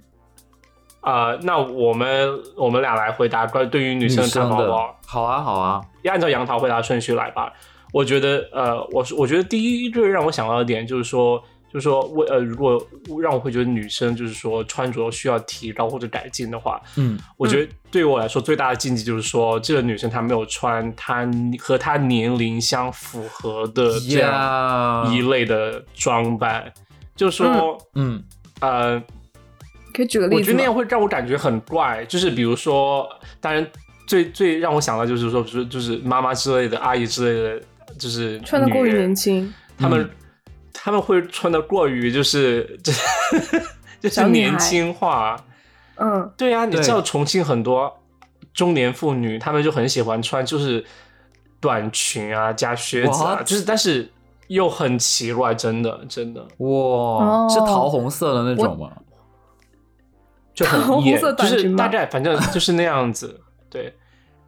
啊、那我们我们俩来回答关于对于女女生的看生法好不的好？，好啊，好啊，要按照杨桃回答顺序来吧。我觉得，呃，我是我觉得第一就是让我想到的点就是说，就是说我呃，如果让我会觉得女生就是说穿着需要提高或者改进的话，嗯我觉得对于我来说最大的禁忌就是说，这个女生她没有穿她和她年龄相符合的这样一呀，类的装扮，就是说，嗯呃，可以举个例我觉子得那样吗？会让我感觉很怪。就是比如说，当然最最让我想到就是说，比如说就是妈妈之类的、阿姨之类的，就是穿的过于女人年轻，他们、嗯他们会穿的过于就是 <laughs> 就是就是小女孩年轻化。嗯，对啊，你对知道重庆很多中年妇女，她们就很喜欢穿就是短裙啊加靴子啊， What？就是但是又很奇怪，真的真的哇，哦是桃红色的那种吗？就很 <laughs> 红野，色就短裙是吗大概反正就是那样子，对，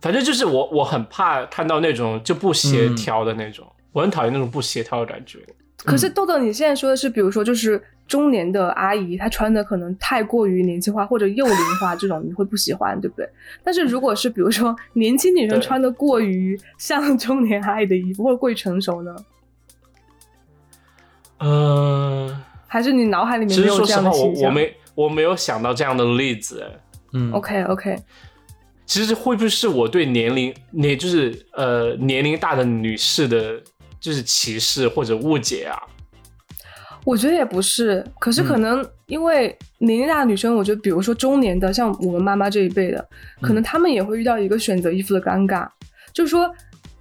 反正就是我我很怕看到那种就不协嗯调的那种，我很讨厌那种不协调的感觉。可是豆豆，你现在说的是，比如说就是中年的阿姨，她穿的可能太过于年轻化或者幼龄化这种，你会不喜欢，对不对？但是如果是比如 <laughs> 说年轻女生对穿的过于像中年阿姨的衣服，或者过于成熟呢？嗯、还是你脑海里面其没实有说实这样的话，形我我象没我没有想到这样的例子。哎嗯？OK OK，其实会不会是我对年龄，年就是呃年龄大的女士的，就是歧视或者误解啊？我觉得也不是，可是可嗯能因为年龄大的女生，我觉得比如说中年的，像我们妈妈这一辈的，可嗯能她们也会遇到一个选择衣服的尴尬，就是说。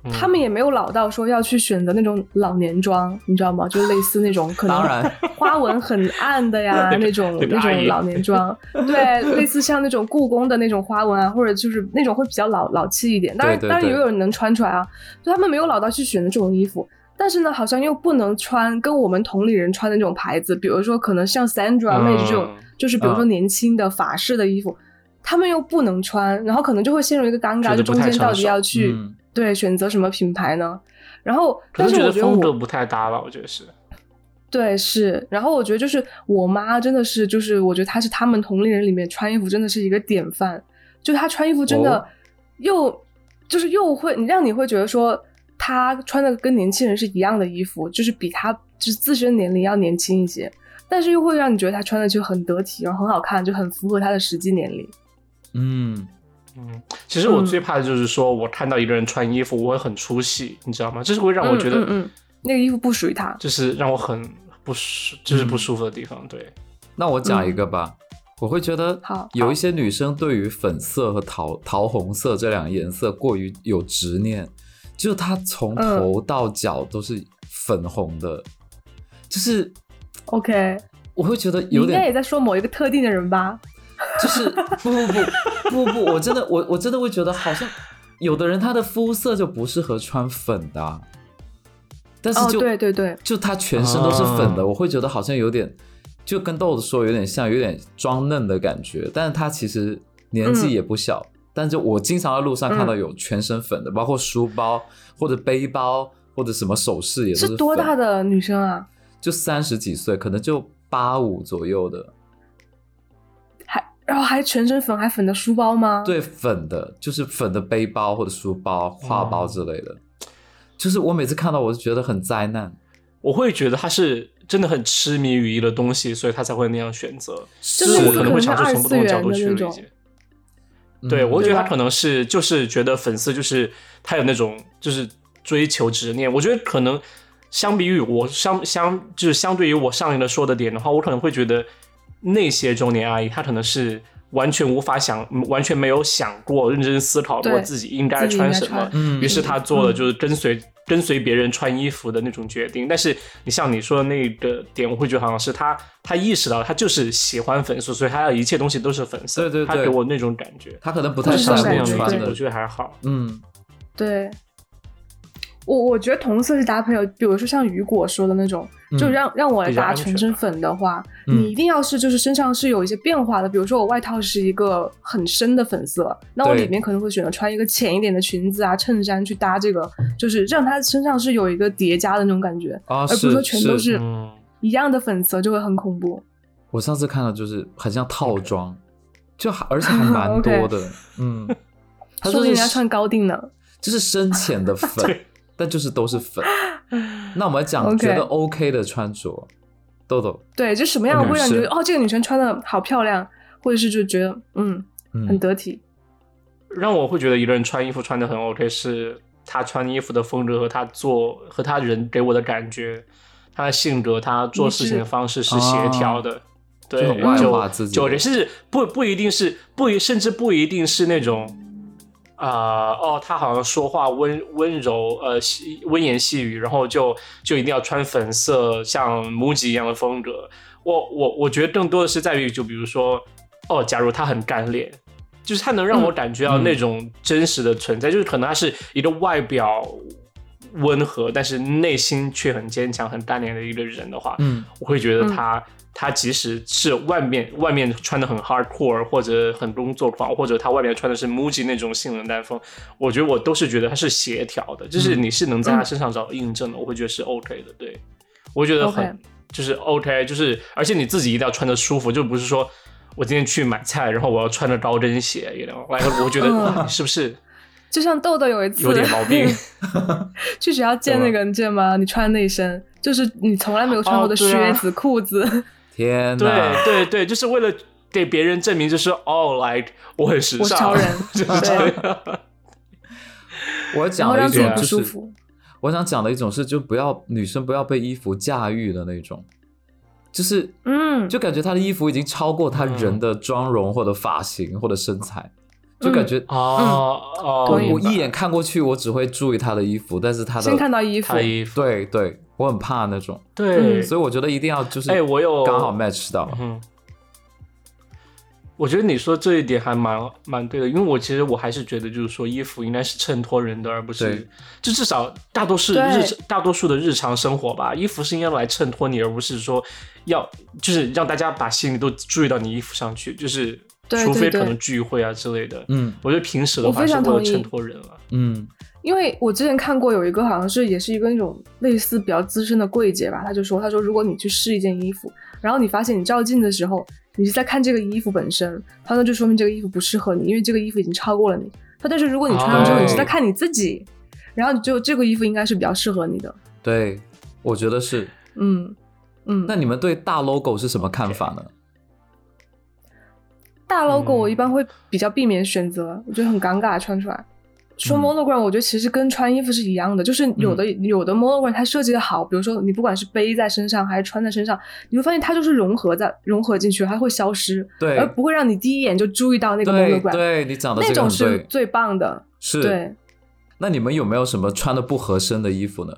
嗯她们也没有老到说要去选择那种老年装，你知道吗？就类似那种可能当然花纹很暗 <laughs> 的呀，那个那种那个那阿种姨老年装，对，类似像那种故宫的那种花纹啊，或者就是那种会比较老老气一点。当然，对对当然对也有人能穿出来啊，就他们没有老到去选择这种衣服，但是呢，好像又不能穿跟我们同龄人穿的那种牌子，比如说可能像 Sandra 嗯妹这种，就是比如说嗯年轻的法式的衣服，他们又不能穿，然后可能就会陷入一个尴觉尬，得就中不太间到底成熟要去、嗯对选择什么品牌呢？然后，可但能是觉我得觉得风格我不太搭吧，我觉得是。对是，然后我觉得就是我妈真的是，就是我觉得她是他们同龄人里面穿衣服真的是一个典范，就她穿衣服真的哦又、就是又会你让你会觉得说她穿的跟年轻人是一样的衣服，就是比她就是自身年龄要年轻一些，但是又会让你觉得她穿的就很得体，然后很好看，就很符合她的实际年龄。嗯，嗯，其实我嗯最怕的就是说我看到一个人穿衣服，我会很出戏，你知道吗？这是会让我觉嗯嗯得，嗯那个衣服不属于她。就是让我很不舒，就是不舒服的地方。对，那我讲一个吧，我会觉得嗯好有一些女生对于粉色和桃桃红色这两个颜色过于有执念，就是她从嗯头到脚都是粉红的，就是 OK，我会觉得你有应该也点在说某一个特定的人吧？就是 <laughs> 不不不不不，我真的我我真的会觉得好像有的人她的肤色就不适合穿粉的啊、但是哦，就、对对对，就她全身都是粉的，啊我会觉得好像有点，就跟豆子说有点像，有点装嫩的感觉。但是她其实年纪也不小，但就我经常在路上看到有全身粉的，包括书包或者背包或者什么首饰也都是多粉大？的女生啊？就三十几岁，可能就八五左右的，还然后还全身粉，还粉的书包吗？，对粉的，就是粉的背包或者书包、挎包之类的。就是我每次看到，我就觉得很灾难。我会觉得他是真的很痴迷于一个东西，所以他才会那样选择。是就是类我似可能可能会尝二试从不次同角元度的去那理种解。对，嗯我觉得他对吧可能是就是觉得粉丝就是他有那种就是追求执念。我觉得可能相比于我相相就是相对于我上一个说的点的话，我可能会觉得那些中年阿姨她可能是完全无法想，嗯完全没有想过认真思考过对自己应该自己应该穿什么穿，嗯于是她做了嗯就是跟随。跟随别人穿衣服的那种决定，但是你像你说的那个点，我会觉得好像是她，她意识到她就是喜欢粉色，所以她的一切东西都是粉色。对对她对给我那种感觉。他可能不但太是善于这种感觉穿对的我，觉得还好。嗯，对。我我觉得同色系搭配，比如说像雨果说的那种，就嗯让让我来比较搭安全全身粉的话，嗯你一定要是就是身上是有一些变化的，比如说我外套是一个很深的粉色，那我对里面可能会选择穿一个浅一点的裙子啊、衬衫去搭这个，就是让它身上是有一个叠加的那种感觉，啊，而不是说全都是嗯，一样的粉色，就会很恐怖。我上次看到就是很像套装，就还 <laughs> 而且还蛮 OK 多的， <laughs> 嗯，它就说是不定人家穿高定呢。就是深浅的粉对，但就是都是粉。那我们讲 <laughs> OK 觉得 OK 的穿着，豆豆，对，就什么样女会让你觉得士哦，这个女生穿的好漂亮，或者是就觉得嗯很嗯，得体。让我会觉得一个人穿衣服穿的很 OK，是他穿衣服的风格和他做和他人给我的感觉，他的性格，他做事情的方式是协调的。对，哦就很外就化自己就也是不不一定是不一，甚至不一定是那种，啊、哦，他好像说话温温柔，呃，细温言细语，然后就就一定要穿粉色，像 MUJI 一样的风格。我我我觉得更多的是在于，就比如说，哦，假如他很干练，就是它能让我感觉到嗯那种真实的存在，就是可能它是一个外表温和，但是内心却很坚强、很干练的一个人的话，嗯我会觉得他、他即使是外面外面穿的很 hardcore 或者很工作狂，或者他外面穿的是 MUJI 那种性冷淡风，我觉得我都是觉得他是协调的，就是嗯你是能在他身上找到印证的，我会觉得是 OK 的。对，我觉得很 OK 就是 OK，就是而且你自己一定要穿的舒服，就不是说我今天去买菜，然后我要穿着高跟鞋，也能来， <laughs> 我觉得、嗯哇你是不是就像豆豆有一次有点毛病？ <laughs> 去学校见那个你记得吗？你穿那一身就是你从来没有穿过的哦对靴啊子、裤子，天对哪，对对，就是为了给别人证明，就是哦，like 我很时我是尚，超人 <laughs> 就是这样。我然讲后了让一自己种不就舒是，服。我想讲的一种是，就不要女生不要被衣服驾驭的那种，就是嗯，就感觉她的衣服已经超过她人的妆容或者发型或者身材，就嗯感觉哦哦，我明我一眼眼看过去，我只会注意她的衣服，但是她的先看到衣服他，的衣服，对对，我很怕那种，嗯对，所以我觉得一定要就是哎，我有刚好 match 到，嗯，我觉得你说这一点还蛮蛮对的，因为我其实我还是觉得，就是说衣服应该是衬托人的，而不对是就至少大多数对日大多数的日常生活吧，衣服是应该来衬托你，而不是说要就是让大家把心里都注意到你衣服上去，就是对除非对对可能聚会啊之类的。嗯我觉得平时的我话非是常为了同意衬托人了、嗯因为我之前看过有一个好像是也是一个那种类似比较资深的柜姐吧，她就说，她说如果你去试一件衣服，然后你发现你照镜的时候，你是在看这个衣服本身，她那就说明这个衣服不适合你，因为这个衣服已经超过了你。她但是如果你穿上之后，哦你是在看你自己，然后你就这个衣服应该是比较适合你的，对，我觉得是。嗯嗯。那你们对大 logo 是什么看法呢？大 logo 嗯我一般会比较避免选择，我觉得很尴尬穿出来。说嗯 monogram，我觉得其实跟穿衣服是一样的，就是有的、有的 monogram 它设计的好，比如说你不管是背在身上还是穿在身上，你会发现它就是融合在融合进去，它会消失，对而不会让你第一眼就注意到那个对 monogram，对，你讲的那这个种很是对，最棒的。是。对，那你们有没有什么穿的不合身的衣服呢？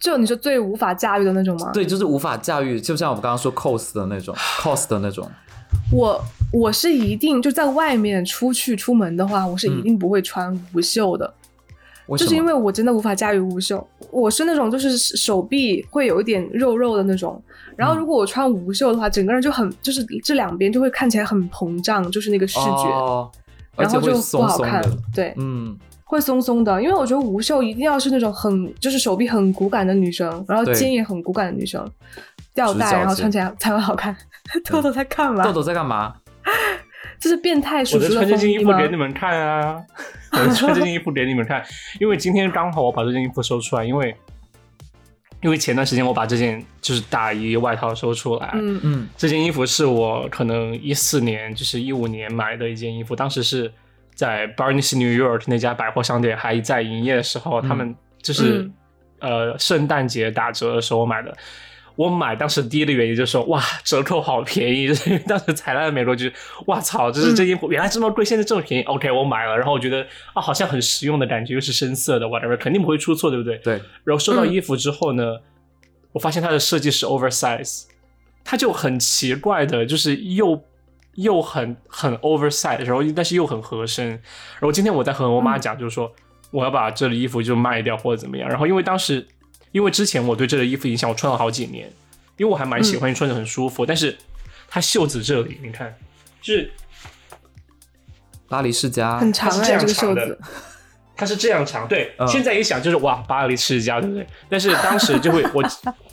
就你说最无法驾驭的那种吗？对，就是无法驾驭，就像我们刚刚说 cos 的那种 cos 的那种。我我是一定就在外面出去出门的话，我嗯是一定不会穿无袖的。为什么？就是因为我真的无法驾驭无袖，我是那种就是手臂会有一点肉肉的那种，然后嗯如果我穿无袖的话，整个人就很就是这两边就会看起来很膨胀，就是那个视觉，哦、而然且后会就不松好松看，的。对，嗯，会松松的，因为我觉得无袖一定要是那种很就是手臂很骨感的女生，然后对肩也很骨感的女生，吊直角带，然后肩穿起来才会 <laughs> 好看。豆豆在干嘛豆？豆在干嘛？这是变态叔我能叔穿这风件衣衣服吗给？你们看啊！我能穿这件衣服给你们看，因为今天刚好我把这件衣服收出来，因为因为前段时间我把这件就是大衣外套收出来，嗯，嗯这件衣服是我可能一四年就是一五年买的一件衣服，当时是在 Barnes New York 那家百货商店还在营业的时候，嗯他们就是、嗯呃圣诞节打折的时候买的。我买当时第一的原因就是说，哇，折扣好便宜， <laughs> 就是因为当时才来美国，就是哇操，就是这衣服原来这么贵，现在这么便宜，OK，我买了。然后我觉得啊，好像很实用的感觉，又是深色的，whatever，肯定不会出错，对不对？对，然后收到嗯衣服之后呢，我发现它的设计是 oversize，它就很奇怪的，就是又又很很 oversize，然后但是又很合身。然后今天我在和我妈讲，就是说我要把这里衣服就卖掉或者怎么样。然后因为当时因为之前我对这个衣服影响，我穿了好几年，因为我还蛮喜欢，穿着很舒服。但是它袖子这里，你看，就是巴黎世家。很长它是哎，这这样个袖长 <laughs> 子的，，它是这样长。对，嗯现在一想就是哇，巴黎世家，<laughs> 对不对？但是当时就会，我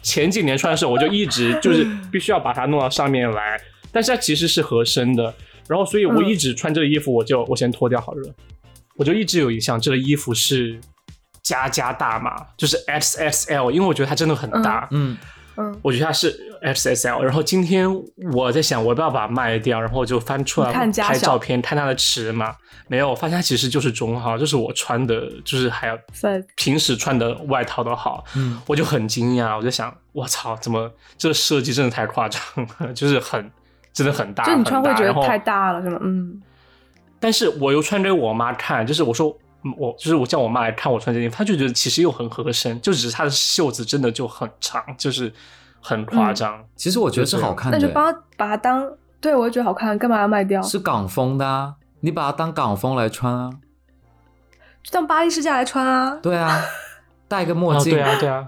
前几年穿的时候，我就一直 <laughs> 就是必须要把它弄到上面来，但是它其实是合身的。然后，所以我一直穿这个衣服，我就我先脱掉好了。我就一直有印象，这个衣服是加加大码，就是 XXL，因为我觉得它真的很大。嗯，嗯，我觉得它是 XSL，然后今天我在想我要不要把它卖掉，然后我就翻出来你看家拍小照片，看它的尺码，没有，我发现它其实就是中号，就是我穿的，就是还要在平时穿的外套的好，嗯我就很惊讶，我就想，我操，怎么这个设计真的太夸张了，就是很真的很大，就你穿很会大觉得然后太大了是吗？嗯但是我又穿给我妈看，就是我说嗯我就是我叫我妈来看我穿这件衣服，她就觉得其实又很合身，就只是她的袖子真的就很长，就是很夸张。嗯其实我觉得是好看的。欸那就帮他把它当对我也觉得好看，干嘛要卖掉？是港风的啊，你把它当港风来穿啊。就当巴黎世家来穿啊。对 <laughs> 啊，戴个墨镜。哦、对啊，对啊。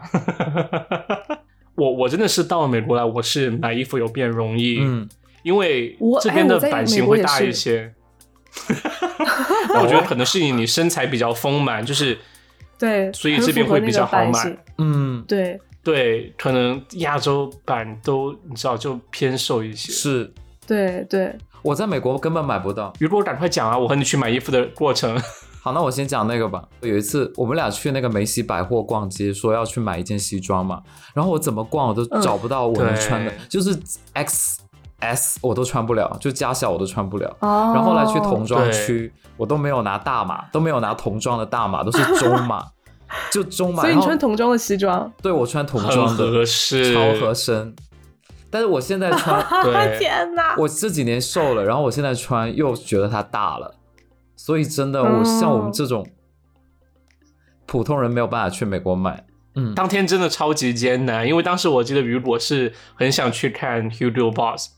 <laughs> 我我真的是到了美国来，我是买衣服有变容易，嗯，因为我这边哎的我在版美型国会也大是一 <laughs> 些。那我觉得可能是你身材比较丰满，就是对，所以很这边符合会那比个较好版买型。嗯，对，对，可能亚洲版都你知道就偏瘦一些。是对，对，我我在美国根本买不到。雨果，赶快讲啊！我和你去买衣服的过程，好，那我先讲那个吧。有一次我们俩去那个梅西百货逛街，说要去买一件西装嘛，然后我怎么逛我都嗯找不到我能穿的，对就是 X S 我都穿不了，就加小我都穿不了。哦。然后后来去童装对区，我都没有拿大码，都没有拿童装的大码，都是中 <laughs> 码，就中码。所以然你后穿童装的西装，对我穿童很装的合适，超合身，但是我现在穿啊对 <laughs> 天哪！我这几年瘦了，然后我现在穿又觉得它大了，所以真的，哦我像我们这种普通人没有办法去美国买。嗯，当天真的超级艰难，因为当时我记得雨果是很想去看 Hugo Boss，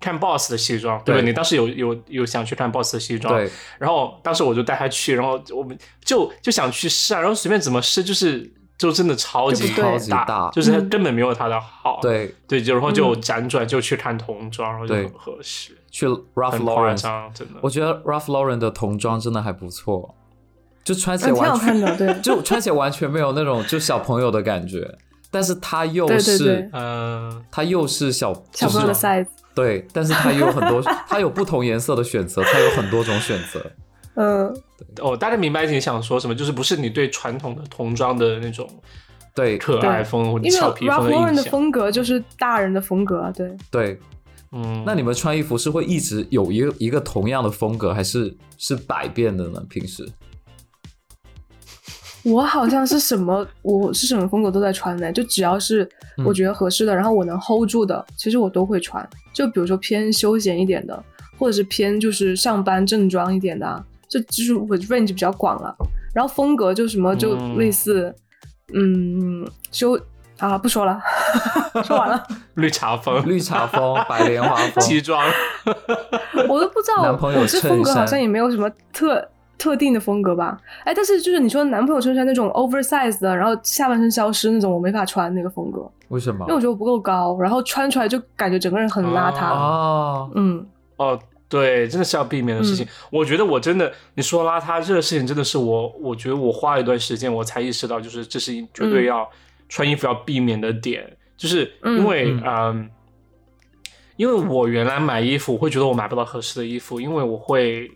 看 Boss 的西装，对不对对？你当时有有有想去看 Boss 的西装，对，然后当时我就带他去，然后我们就就想去试啊，然后随便怎么试，就是就真的超级就不对大，超级大嗯就是嗯根本没有他的好。对，对，就然后就嗯辗转就去看童装，然后就对很合适，去 Ralph 很夸 Lauren，张，真的。我觉得 Ralph Lauren 的童装真的还不错，就穿起来嗯挺完好看全的，<laughs> 对就穿起来完全没有那种就小朋友的感觉，但是它又对对是对嗯，它又是小小朋友就的是 size，对，但是它有很多，它有不同颜色的选择，它有很多种选择。嗯，哦，大家明白你想说什么，就是不是你对传统的童装的那种对可爱风或者因为俏皮 Ralph 风 Lauren 的印象。风格就是大人的风格啊，对，对，嗯，那你们穿衣服是会一直有一个一个同样的风格，还是是百变的呢？平时我好像是什么，我是什么风格都在穿的，就只要是嗯我觉得合适的，然后我能 hold 住的，其实我都会穿。就比如说偏休闲一点的，或者是偏就是上班正装一点的、啊，就就是我 range 比较广了。然后风格就什么就嗯类似，嗯，休啊 <laughs> 不说了，说完了，绿茶风、绿茶风、白莲花西风，装，我都不知道男朋友我这风格衬衫好像也没有什么特。特定的风格吧，哎，但是就是你说男朋友衬衫那种 oversize 的，然后下半身消失那种，我没法穿那个风格。为什么因为？我觉得我不够高，然后穿出来就感觉整个人很邋遢。哦，嗯，哦，对，真的是要避免的事情。我觉得我真的，你说邋遢这个事情，真的是我，我觉得我花了一段时间，我才意识到，就是这是一绝对要、穿衣服要避免的点，就是因为嗯嗯。因为我原来买衣服，我会觉得我买不到合适的衣服，因为我会，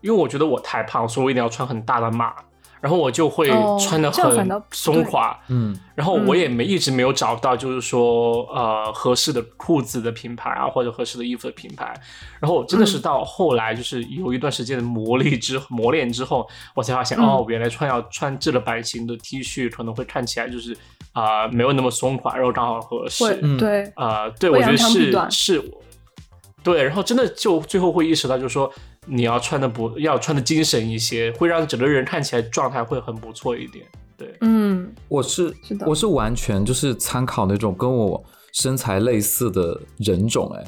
因为我觉得我太胖，所以我一定要穿很大的码，然后我就会哦穿的这样反很倒不松对垮，嗯然后我嗯也没一直没有找到，就是说呃合适的裤子的品牌啊，或者合适的衣服的品牌。然后真的是嗯到后来，就是有一段时间的磨砺之磨练之后，我才发现、嗯哦，原来穿要穿这个版型的 T 恤可能会看起来就是啊、没有那么松垮，然后刚好合适。会、嗯对，啊，对，会我觉得扬长避是短是，对，然后真的就最后会意识到，就是说你要穿的不要穿的精神一些，会让整个人看起来状态会很不错一点。对，嗯，我是是的我是完全就是参考那种跟我身材类似的人种，哎，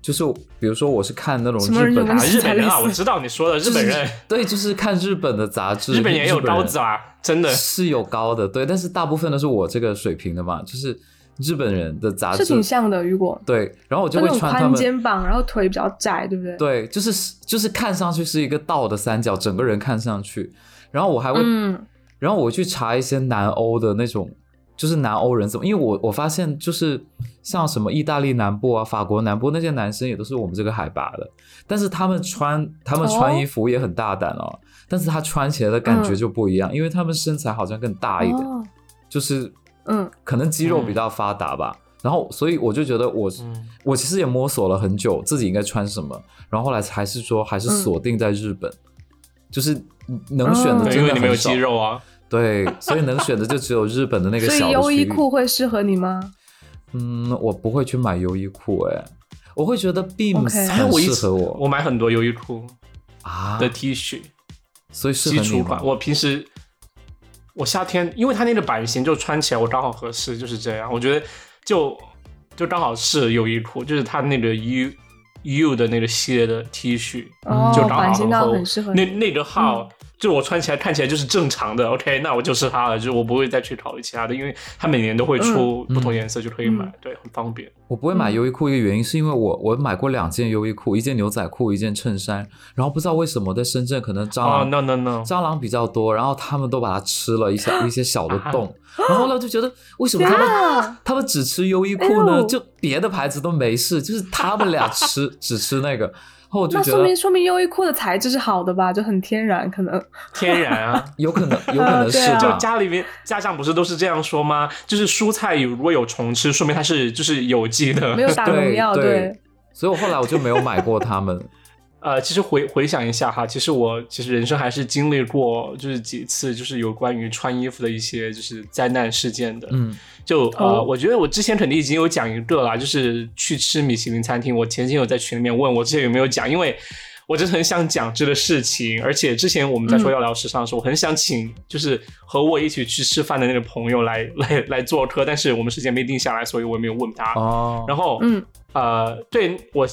就是比如说我是看那种什么人日种本 <laughs> 跟啊，杂你志日本人啊，类似我知道你说的日本人，对，就是看日本的杂志，日本人也有刀子啊。啊，真的。是有高的，对，但是大部分都是我这个水平的嘛，就是日本人的杂是志，挺像的。雨果，对，然后我就那会种穿他宽们，肩膀，然后腿比较窄，对不对？对，就是就是看上去是一个倒的三角，整个人看上去，然后我还会，嗯，然后我去查一些南欧的那种，就是南欧人怎么，因为我我发现就是像什么意大利南部啊、法国南部那些男生也都是我们这个海拔的，但是他们穿他们穿哦衣服也很大胆哦，但是他穿起来的感觉嗯就不一样，因为他们身材好像更大一点，哦，就是嗯，可能肌肉比较发达吧。然后，所以我就觉得我，嗯我其实也摸索了很久，自己应该穿什么。然后后来还是说，还是锁定在日本，就是能选的哦对，真的因为很你没有少肌，肉啊，对，所以能选的就只有日本的那个所小的以优区衣域。库会适合你吗？嗯，我不会去买优衣库，哎，我会觉得 Beams OK 哎很我一适直合我买很多优衣库啊的，T 恤，所以适基合你础吗款。？我平时我夏天，因为它那个版型就穿起来我刚好合适，就是这样。我觉得就就刚好是优衣库，就是它那个衣 U 的那个系列的 T 恤，嗯哦，就刚版好型很倒厚，很适合那你。嗯那个号，就我穿起来看起来就是正常的，OK，那我就是它了，就是我不会再去考虑其他的，因为它每年都会出嗯不同颜色就可以买，嗯对，很方便。我不会买嗯优衣库一个原因是因为我我买过两件优衣库，一件牛仔裤，一件衬衫，然后不知道为什么在深圳可能蟑哦、螂 n o no no，蟑螂比较多，然后他们都把它吃了一 <gasps> 小一些小的洞，啊然后呢就觉得为什么他们呀他们只吃优衣库啊哎呢？呦就别的牌子都没事，就是他们俩 <laughs> 吃只吃那个，然后我就那觉说得明说明优衣库的材质是好的吧，就很天然，可能天然啊。有可能有可能是对啊就吧？家里面家长不是都是这样说吗？就是蔬菜有如果有虫吃，说明它是就是有机的。没有打农药，对对对，所以我后来我就没有买过他 <laughs> 们。呃，其实回回想一下哈，其实我其实人生还是经历过就是几次就是有关于穿衣服的一些就是灾难事件的。嗯就呃，哦我觉得我之前肯定已经有讲一个啦，就是去吃米其林餐厅，我前天有在群里面问我之前有没有讲，因为我真的很想讲这个事情，而且之前我们在说嗯要聊时尚的时候，我很想请就是和我一起去吃饭的那个朋友来来来做客，但是我们时间没定下来，所以我也没有问他。哦，然后，嗯，呃，对我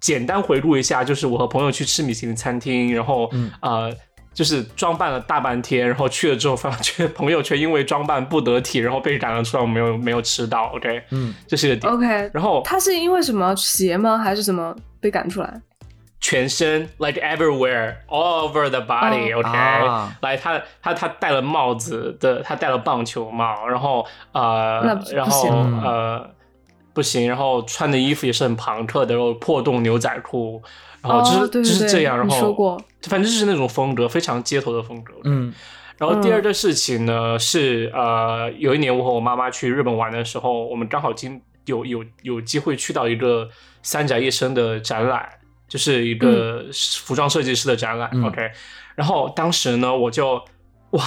简单回顾一下，就是我和朋友去吃米其林餐厅，然后、嗯呃，就是装扮了大半天，然后去了之后，发现朋友却因为装扮不得体，然后被赶了出来，我没有没有吃到。OK，嗯，这是一个点。 OK，然后他是因为什么鞋吗？还是什么被赶出来？全身 like everywhere all over the body，OK，、啊来他他他戴了帽子的，他戴了棒球帽，然后呃那不，然不后行呃不行，然后穿的衣服也是很朋克的，然后破洞牛仔裤，然后就是、哦、对对对就是这样，然你后说过，反正就是那种风格，非常街头的风格。嗯然后第二嗯个事情呢、是，呃，有一年我和我妈妈去日本玩的时候，我们刚好经有有有机会去到一个三宅一生的展览，就是一个服装设计师的展览。嗯 OK，然后当时呢，我就哇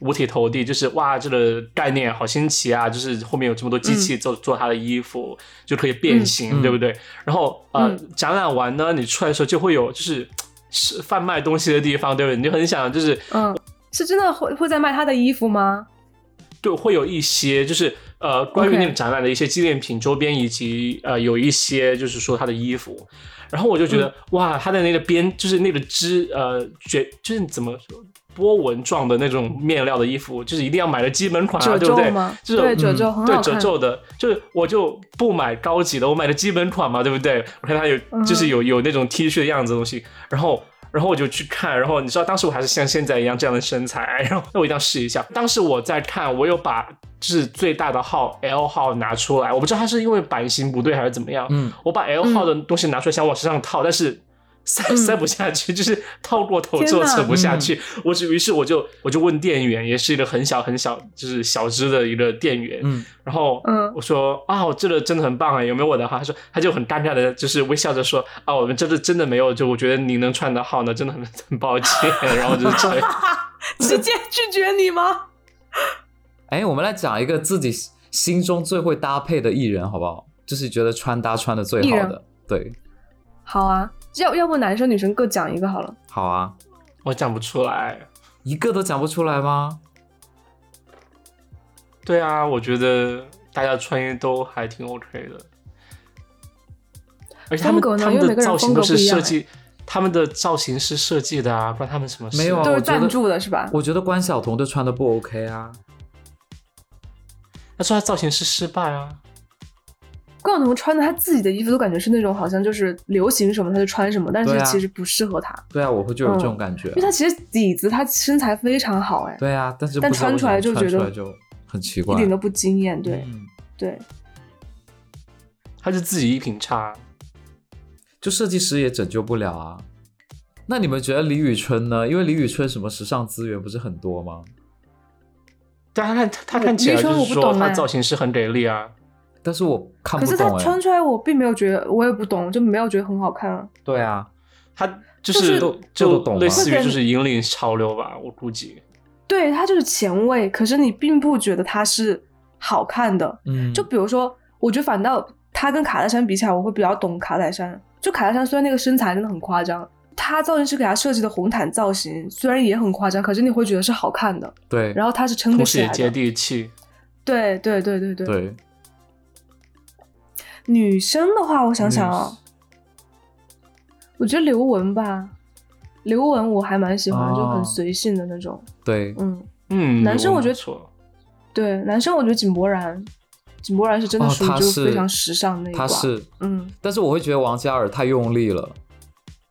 五体投地，就是哇这个概念好新奇啊！就是后面有这么多机器做、做他的衣服，就可以变嗯形，对不对？然后呃，嗯展览完呢，你出来的时候就会有就是。是贩卖东西的地方，对不对？你就很想就是嗯，是真的会会在卖他的衣服吗？对，会有一些就是呃，关于 OK 那个展览的一些纪念品周边，以及呃，有一些就是说他的衣服。然后我就觉得、嗯哇，他的那个边就是那个织呃卷，就是怎么说波纹状的那种面料的衣服，就是一定要买的基本款啊，褶对不皱对？吗？这种嗯对，褶哦皱很对好褶看。皱的，就是我就不买高级的，我买的基本款嘛，对不对？我看它有，嗯就是有有那种 T 恤的样子的东西，然后。然后我就去看，然后你知道，当时我还是像现在一样这样的身材，然后那我一定要试一下。当时我在看，我有把就是最大的号 L 号拿出来，我不知道它是因为版型不对还是怎么样，嗯，我把 L 号的东西拿出来想往身上套，但是塞、嗯塞不下去，就是套过头之后天哪扯不下嗯去。我只于是我就我就问店员，也是一个很小很小就是小只的一个店员，嗯然后嗯我说啊，我这个真的很棒啊，有没有我的号？他说他就很尴尬的，就是微笑着说啊，我们这个真的没有，就我觉得你能穿得好呢，真的很很抱歉。 <laughs> 然后就是这样，直接拒绝你吗？哎，我们来讲一个自己心中最会搭配的艺人，好不好？就是觉得穿搭穿的最好艺的，对，好啊，要要不男生女生各讲一个好了。好啊，我讲不出来。一个都讲不出来吗？对啊，我觉得大家穿衣都还挺 OK 的，而且他们风格呢他们因为的每个人造型风格都是不一样哎设计，他们的造型是设计的啊，不然他们什么事没有啊都我是觉得赞助的是吧？我觉得关晓彤就穿的不 OK 啊，他说他造型是失败啊，关晓彤穿的她自己的衣服都感觉是那种好像就是流行什么她就穿什么，但对是啊其实不适合她，对啊，我会就有这嗯种感觉因为，她其实底子她身材非常好哎，对啊，但是但不知道穿出来为什么就觉得穿出来就很奇一怪，点都不惊艳。对、嗯对，他是自己衣品差。就设计师也拯救不了啊。那你们觉得李宇春呢？因为李宇春什么时尚资源不是很多吗？但啊他看他我看起来你说就我是不说懂他哎造型师很给力啊，但是我看可不是她懂哎、穿出来我并没有觉得，我也不懂，就没有觉得很好看啊。对啊，他就就是是这就都懂类吗似于会给就是引领潮流吧，我估计。对，她就是前卫，可是你并不觉得她是好看的。嗯，就比如说，我觉得反倒他跟卡戴珊比起来，我会比较懂卡戴珊。就卡戴珊虽然那个身材真的很夸张，她造型师给她设计的红毯造型虽然也很夸张，可是你会觉得是好看的，对，然后她是撑得同时起也来接的。地气。对对对对对。对，女生的话，我想想啊、我觉得刘雯吧，刘雯我还蛮喜欢，哦就很随性的那种。对，嗯，嗯，男生我觉得不错，对，男生我觉得井柏然，井柏然是真的哦属于他就是非常时尚那一挂。他是，嗯，但是我会觉得王嘉尔太用力了，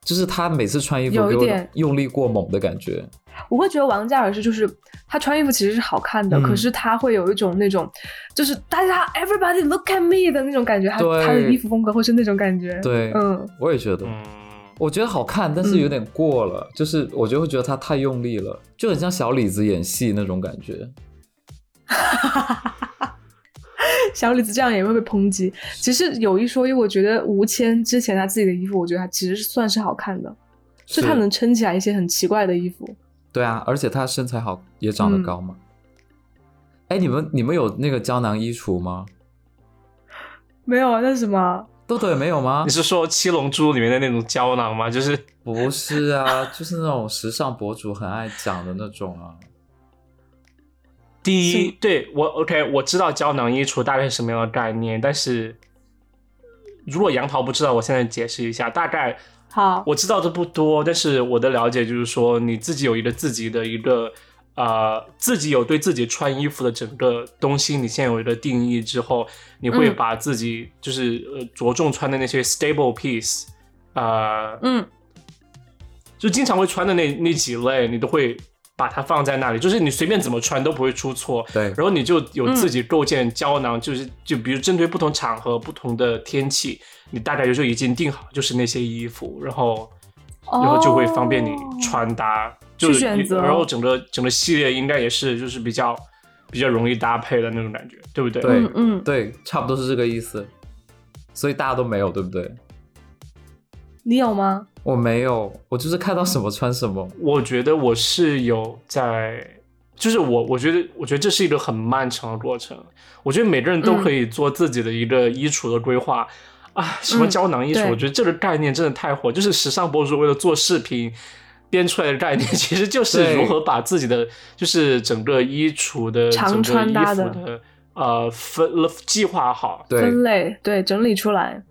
就是他每次穿衣服有一给我点用力过猛的感觉。我会觉得王嘉尔是就是他穿衣服其实是好看的，嗯可是他会有一种那种就是大家 everybody look at me 的那种感觉，他对他的衣服风格会是那种感觉。对，嗯，我也觉得，嗯，我觉得好看，但是有点过了，就是我就会觉得他太用力了，就很像小李子演戏那种感觉。小李子这样也会被抨击。其实有一说一，我觉得吴谦之前他自己的衣服，我觉得他其实是算是好看的，就是他能撑起来一些很奇怪的衣服。对啊，而且他身材好，也长嗯得高嘛。哎、你们你们有那个胶囊衣橱吗？没有啊，那是什么？豆豆也没有吗 <laughs> 你？是说《七龙珠》里面的那种胶囊吗？就是不是啊， <laughs> 就是那种时尚博主很爱讲的那种啊。第一，是对我 OK，我知道胶囊衣橱大概是什么样的概念，但是如果杨桃不知道，我现在解释一下，大概好，我知道的不多，但是我的了解就是说，你自己有一个自己的一个呃，自己有对自己穿衣服的整个东西，你现在有一个定义之后，你会嗯把自己就是、呃着重穿的那些 stable piece，呃，嗯，就经常会穿的那那几类，你都会把它放在那里，就是你随便怎么穿都不会出错。 <laughs> 对，然后你就有自己构建胶嗯囊，就是就比如针对不同场合、不同的天气，你大概就是已经定好就是那些衣服，然后然后就会方便你穿搭，就哦去是选择然后整个整个系列应该也是就是比较比较容易搭配的那种感觉，对不对？对嗯嗯，对，差不多是这个意思。所以大家都没有，对不对？你有吗？我没有，我就是看到什么穿什么。我觉得我是有在，就是我我觉得我觉得这是一个很漫长的过程。我觉得每个人都嗯可以做自己的一个衣橱的规划。啊，什么胶囊衣橱？嗯对我觉得这个概念真的太火，就是时尚博主为了做视频编出来的概念， <laughs> 其实就是对如何把自己的就是整个衣橱的常整个穿衣搭服的的呃分计划好，对分类对，整理出来。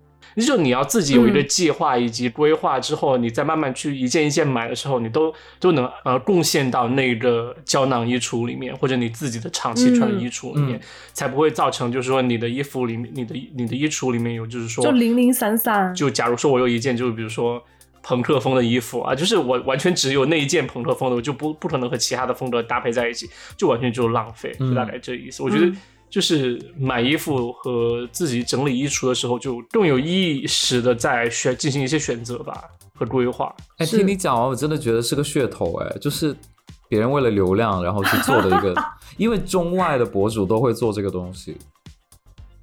就你要自己有一个嗯计划以及规划之后，你再慢慢去一件一件买的时候，你都都能呃贡献到那个胶囊衣橱里面，或者你自己的长期穿的嗯衣橱里面，嗯才不会造成就是说你的衣服里面、你的你的衣橱里面有就是说就零零散散就假如说我有一件就是比如说朋克风的衣服啊，就是我完全只有那一件朋克风的，我就不不可能和其他的风格搭配在一起，就完全就是浪费，嗯就大概哎这意思。我觉得嗯就是买衣服和自己整理衣橱的时候，就更有意识的在选进行一些选择吧和规划。哎，是听你讲完，我真的觉得是个噱头，哎，就是别人为了流量然后去做的一 <laughs> 个，因为中外的博主都会做这个东西，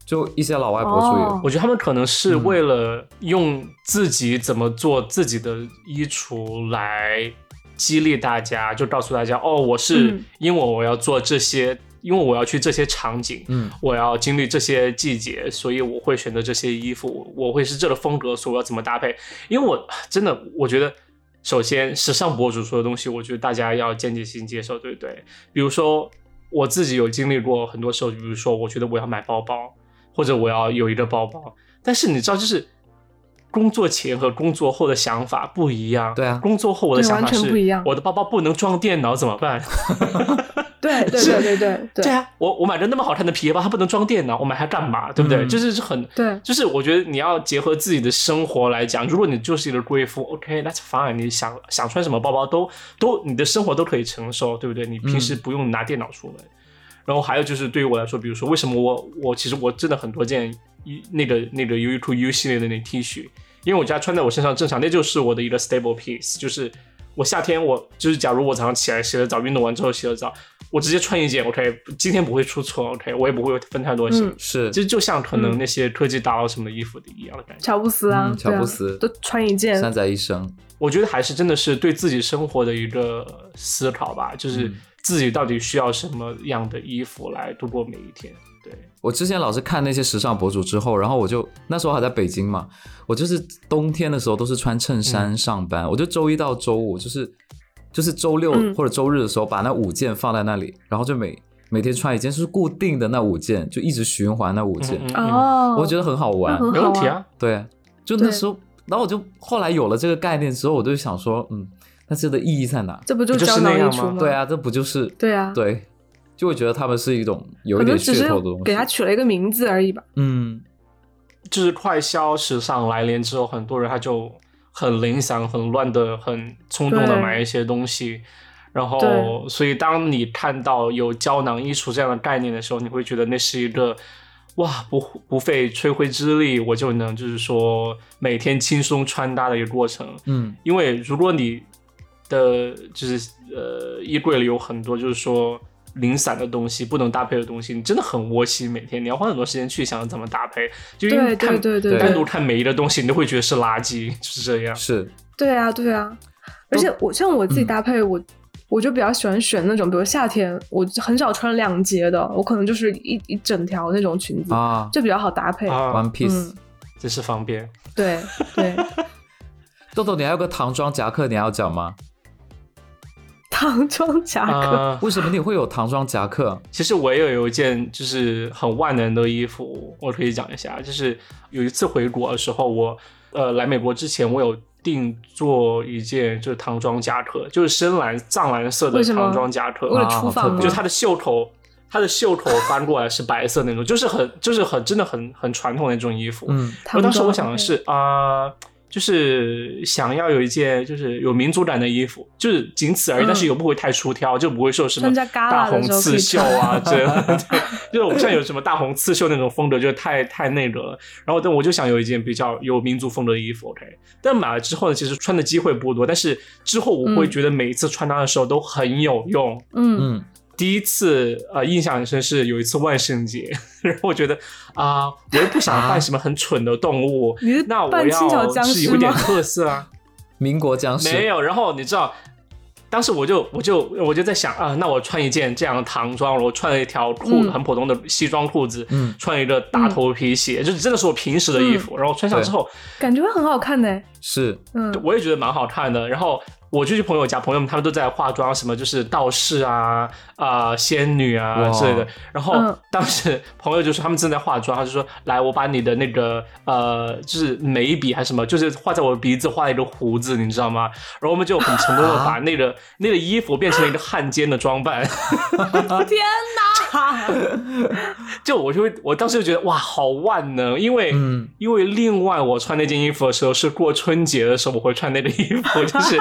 就一些老外博主也，哦我觉得他们可能是为了用自己怎么做自己的衣橱来激励大家，就告诉大家哦，我是嗯因为我要做这些，因为我要去这些场景，嗯，我要经历这些季节，所以我会选择这些衣服，我会是这个风格，所以我要怎么搭配？因为我真的我觉得，首先时尚博主说的东西，我觉得大家要间接性接受，对不对？比如说我自己有经历过很多时候，比如说我觉得我要买包包，或者我要有一个包包，但是你知道，就是工作前和工作后的想法不一样。对啊工作后我的对想法完全是不一样我的包包不能装电脑怎么办？对对对对对 <laughs> 对对啊，我我买着那么好看的皮包，它不能装电脑，我买它干嘛？对不对？嗯就是是很，对就是我觉得你要结合自己的生活来讲，如果你就是一个贵妇，OK，that's、fine，你想想穿什么包包都都你的生活都可以承受，对不对？你平时不用拿电脑出门。然后还有就是对于我来说，比如说为什么我我其实我真的很多件一那个那个优衣库 U 系列的那 T 恤，因为我家穿在我身上正常，那就是我的一个 stable piece，就是我夏天我就是假如我早上起来洗了澡，运动完之后洗了澡，我直接穿一件 OK，今天不会出错 OK，我也不会分太多心。嗯是就就像可能嗯那些科技大佬什么的衣服的一样的感觉，乔布斯啊，嗯对啊乔布斯都穿一件，山仔医生，我觉得还是真的是对自己生活的一个思考吧，就是嗯自己到底需要什么样的衣服来度过每一天。对，我之前老是看那些时尚博主之后，然后我就那时候还在北京嘛，我就是冬天的时候都是穿衬嗯衫上班，我就周一到周五就是就是周六嗯或者周日的时候把那五件放在那里，然后就每每天穿一件，就是固定的那五件，就一直循环那五件，嗯嗯嗯哦，我觉得很好玩 <laughs> 那，很没问题啊，对，就那时候然后我就后来有了这个概念之后，我就想说，嗯，那这的意义在哪？这不就不就是胶囊那样溢出吗吗？对，啊，这不就是对啊，对，就会觉得他们是一种有可一点能只噱是头的东西。给它取了一个名字而已吧。嗯，就是快消时尚来临之后，很多人他就很零散、很乱的、很冲动的对买一些东西，然后对所以当你看到有胶囊衣橱这样的概念的时候，你会觉得那是一个哇不不费吹灰之力我就能就是说每天轻松穿搭的一个过程，嗯因为如果你的就是呃衣柜里有很多就是说零散的东西，不能搭配的东西，你真的很窝心。每天你要花很多时间去想怎么搭配，就因为对看对对对单独对，看每一个东西，你都会觉得是垃圾，就是这样。是，对啊对啊。而且我像我自己嗯搭配，我我就比较喜欢选那种，比如夏天我很少穿两节的，我可能就是一一整条那种裙子，啊嗯就比较好搭配。啊，One，Piece。嗯，真是方便。对对，豆豆，你还有个唐装夹克，你还要讲吗？唐装夹克，啊、为什么你会有唐装夹克？其实我也有一件就是很万能的衣服，我可以讲一下。就是有一次回国的时候，我呃来美国之前，我有定做一件就是唐装夹克，就是深蓝藏蓝色的为什么唐装夹克，为了啊出好特访别吗就是？它的袖口，它的袖口翻过来是白色那种，就是很就是很真的很很传统的那种衣服。嗯我唐当时我装想的，OK 是啊、就是想要有一件就是有民族感的衣服，就是仅此而已，嗯但是又不会太出挑，就不会说什么参加 gala 大红的时候可以刺绣啊，这 <laughs> 对，就是我不像有什么大红刺绣那种风格，就是太太那个了。然后但我就想有一件比较有民族风格的衣服，OK。但买了之后呢，其实穿的机会不多，但是之后我会嗯觉得每一次穿搭的时候都很有用，嗯，嗯，第一次呃印象很深是有一次万圣节， <laughs> 然后我觉得啊、我又不想扮什么很蠢的动物，你是 <laughs> 那我扮清朝要僵是尸有一点吗？ <laughs> 特色啊，民国僵尸没有。然后你知道，当时我就我就我就在想啊，那我穿一件这样的唐装，我穿了一条裤、嗯很普通的西装裤子，嗯穿一个大头皮鞋，就真的是我平时的衣嗯服。然后穿上之后，感觉会很好看呢。是嗯，我也觉得蛮好看的。然后我就去朋友家，朋友们他们都在化妆，什么就是道士啊、啊、仙女啊哇之类的。然后嗯当时朋友就说他们正在化妆，他就说：“来，我把你的那个呃，就是眉笔还是什么，就是画在我的鼻子画了一个胡子，你知道吗？”然后我们就很成功的把那个、那个衣服变成了一个汉奸的装扮。 <laughs> 天哪！就我就会，我当时就觉得哇，好万能，因为、嗯因为另外我穿那件衣服的时候是过春节的时候我会穿那个衣服，就是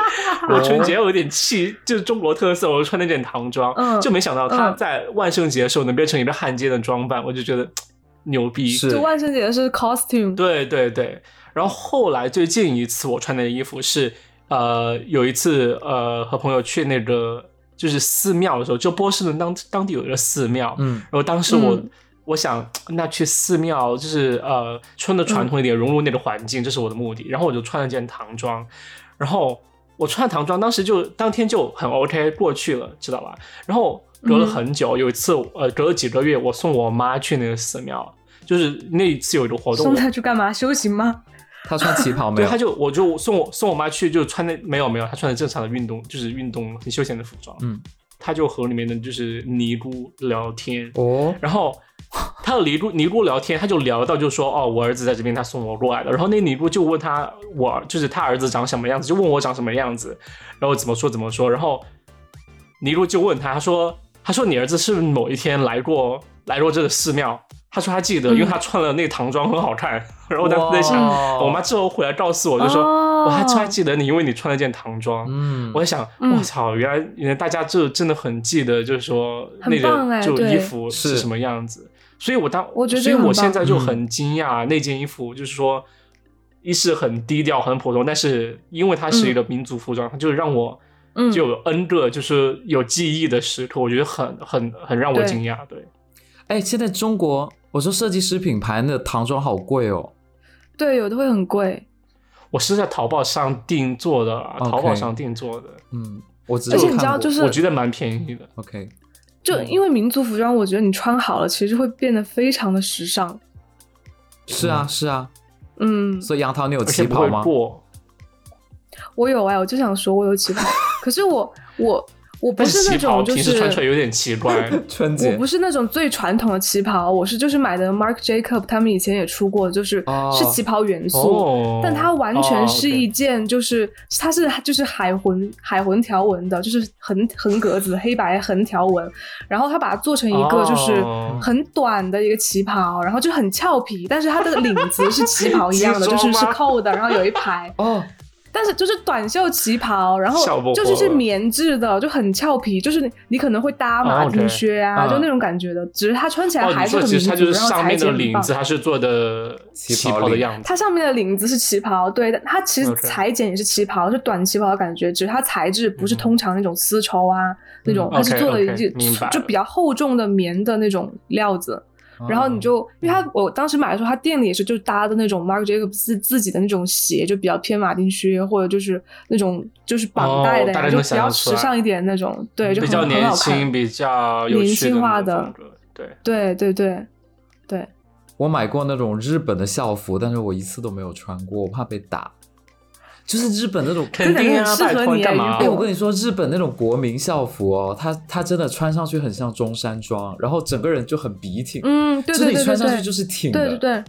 我春节有点气，就是中国特色，我就穿那件唐装，嗯就没想到它嗯在万圣节的时候能变成一个汉奸的装扮，我就觉得嘖牛逼，是就万圣节是 costume，对对对。然后后来最近一次我穿的衣服是，呃，有一次呃和朋友去那个就是寺庙的时候，就波士顿当当地有一个寺庙，嗯然后当时我、嗯我想，那去寺庙就是呃穿的嗯传统一点，融入那个环境，这是我的目的。然后我就穿了件唐装，然后我穿了唐装，当时就当天就很 OK 过去了，知道吧？然后隔了很嗯久，有一次呃隔了几个月，我送我妈去那个寺庙，就是那一次有一个活动，送我他去干嘛？修行吗？他穿旗袍没对，有他？就我就送我送我妈去，就穿那没有没有，她穿的正常的运动，就是运动很休闲的服装。嗯，她就和里面的就是尼姑聊天，哦，然后他和尼姑尼姑聊天，他就聊到就说哦，我儿子在这边，他送我过来的。然后那尼姑就问他我就是他儿子长什么样子，就问我长什么样子，然后怎么说怎么说。然后尼姑就问他，他说他说你儿子是不是某一天来过来过这个寺庙？他说他记得，因为他穿了那个唐装很好看。然后我当时在想，哇我妈之后回来告诉我就说，哦我还真还记得你，因为你穿了件唐装。嗯我在想，嗯我操，原来原来大家就真的很记得，就是说很那棒个哎就对衣服是是什么样子。所以我当我觉得所以这我个很现棒在就嗯很惊讶，那件衣服就是说，一是很低调、很普通，但是因为它是一个民族服装，它就让我嗯，就有 N 个就是有记忆的时刻，我觉得很很很让我对惊讶。对，哎，现在中国，我说设计师品牌的唐装好贵哦。对，有的会很贵，我是在淘宝上定做的啊， OK 淘宝上定做的，嗯，我只而且有你知看道过就是我觉得蛮便宜的。 OK，就嗯因为民族服装，我觉得你穿好了，其实会变得非常的时尚。是啊是啊，嗯，所以杨桃你有而且旗不袍会吗？过，啊 <laughs> 我有哎，我就想说我有旗袍，可是我我我不但是那旗袍种就平时是穿出来有点奇 <laughs> 怪，春我姐不是那种最传统的旗袍，我是就是买的 Marc Jacob，他们以前也出过，就是、哦是旗袍元素，哦但它完全是一哦件就是、它是就是海魂海魂条纹的，就是横横格子黑白横条纹，然后它把它做成一个就是哦很短的一个旗袍，然后就很俏皮，但是它的领子是旗袍 <laughs> 一样的，西就装是是吗扣的，然后有一排。哦，但是就是短袖旗袍，然笑后不就是活是了棉质的，就很俏皮，就是你你可能会搭马哦丁，OK，靴啊，嗯就那种感觉的。只是它穿起来哦，还你是说很其民实族，它就是然后上裁面的剪领棒子，。它是做的旗旗袍袍的领样子。它上面的领子是旗袍，对，但它其实 OK 裁剪也是旗袍，就短旗袍的感觉，只是它材质不是嗯通常那种丝绸啊、那种，它是 OK，做的 OK，一件明白哦就了比较厚重的棉的那种料子。然哦后你就，因嗯为他我当时买的时候，他店里也是就搭的那种 Marc Jacobs 自自己的那种鞋，就比较偏马丁靴或者就是那种就是绑带的哦大呀，概就能比想较象出时来尚一点那种，对，就嗯比很较很年好轻，看，比较有年趣轻的化那的种风格。对，对对对对，我买过那种日本的校服，但是我一次都没有穿过，我怕被打。就是日本那种，肯定啊，这拜两个很适合托你啊干嘛哎、已经？我跟你说，日本那种国民校服哦，它它真的穿上去很像中山装，然后整个人就很笔挺，嗯，对对就是对你穿对上去对，就是挺的。对对对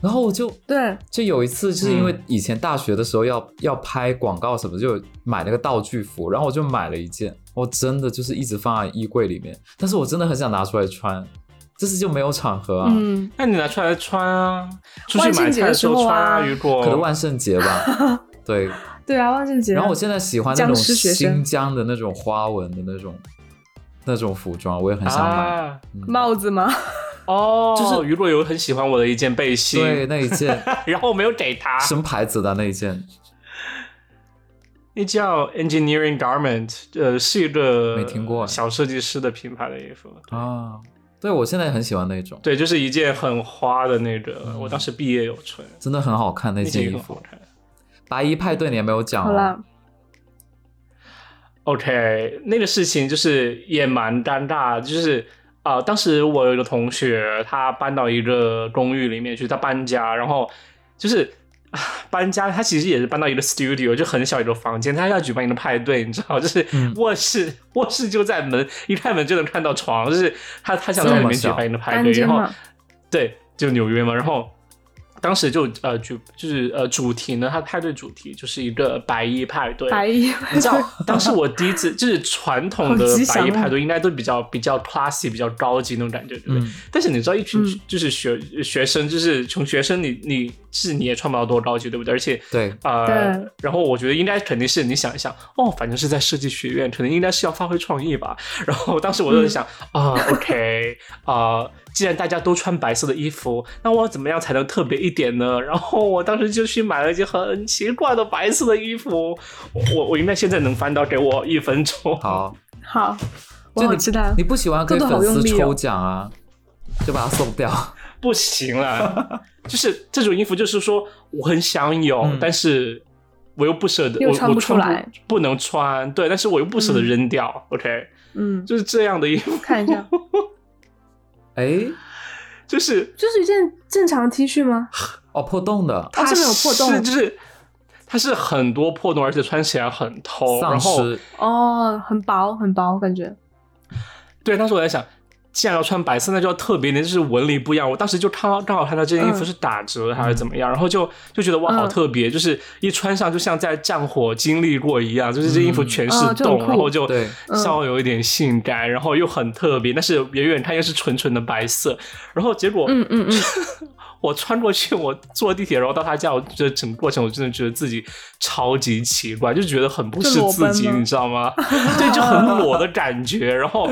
然后我就对，就有一次，就是因为以前大学的时候要、要拍广告什么，就有买那个道具服，然后我就买了一件，我真的就是一直放在衣柜里面，但是我真的很想拿出来穿，这次就没有场合啊，嗯，那你拿出来穿啊，出去万圣买节菜的的时时候候穿啊如果可能万圣节吧，对。对啊，万圣节啊。然后我现在喜欢那种僵尸学生新疆的那种花纹的那种那种服装，我也很想买。嗯啊，帽子吗？哦，就是如果有很喜欢我的一件背心，对，那一件 <laughs> 然后我没有给他，什么牌子的那一 <laughs> 件，那叫 Engineering Garment，呃，是一个没听过小设计师的品牌的衣服。啊，对我现在也很喜欢那种，对，就是一件很花的那个，嗯我当时毕业有穿，真的很好看那那件件也衣很服好。看。白衣派对你也没有讲、哦，好啦， OK，那个事情就是也蛮尴尬，就是啊、呃当时我有一个同学，他搬到一个公寓里面去，他搬家，然后就是啊搬家，他其实也是搬到一个 studio，就很小一个房间，他要举办一个派对，你知道，就是嗯卧室，卧室就在门一开门就能看到床，就是他他想在里面举办一个派对，然这么小单间后嘛对，就纽约嘛，然后。当时就呃主就是呃主题呢，他派对主题就是一个白衣派对，<laughs> 白衣， <laughs> 你 <laughs> 知道，当时我第一次就是传统的好吉祥白衣哦派对，应该都比较比较 classy，比较高级那种感觉，对不对？嗯，但是你知道，一群嗯就是学、学生，就是穷学生你，你是你也穿不到多高级，对不对？而且对，呃对，然后我觉得应该肯定是你想一想，哦，反正是在设计学院，可能应该是要发挥创意吧。然后当时我就嗯在想啊、o k 啊、既然大家都穿白色的衣服，那我要怎么样才能特别一点呢？然后我当时就去买了一件很奇怪的白色的衣服，我我我应该现在能翻到，给我一分钟。好，好，我就好你期待啊。你不喜欢跟做得粉好丝用力哦抽奖啊，就把它送掉。 <laughs> 不行 <laughs> 了，就是这种衣服，就是说我很想有，嗯但是我又不舍得，又我穿不我出来不，不能穿，对，但是我又不舍得嗯扔掉、o k 嗯，就是这样的衣服，看一 <laughs> 下，哎，就是就是一件正常的 T 恤吗？哦，破洞的，它上面有破洞是就是它是很多破洞，而且穿起来很透，然丧后尸，哦，很薄很薄，感觉对，当时我在想。既然要穿白色，那就要特别点，就是纹理不一样。我当时就看到刚好看到这件衣服嗯是打折还是怎么样，然后就就觉得哇，好嗯特别，就是一穿上就像在战火经历过一样，就是这衣服嗯全啊是就洞，很酷然后就对嗯稍微有一点性感，然后又很特别，但是远远看又是纯纯的白色。然后结果，嗯嗯嗯，我穿过去，我坐地铁，然后到他家，我这整个过程我真的觉得自己超级奇怪，就觉得很不是自就裸奔己，吗你知道吗？ <laughs> 对，就很裸的感觉。然 <laughs> 后，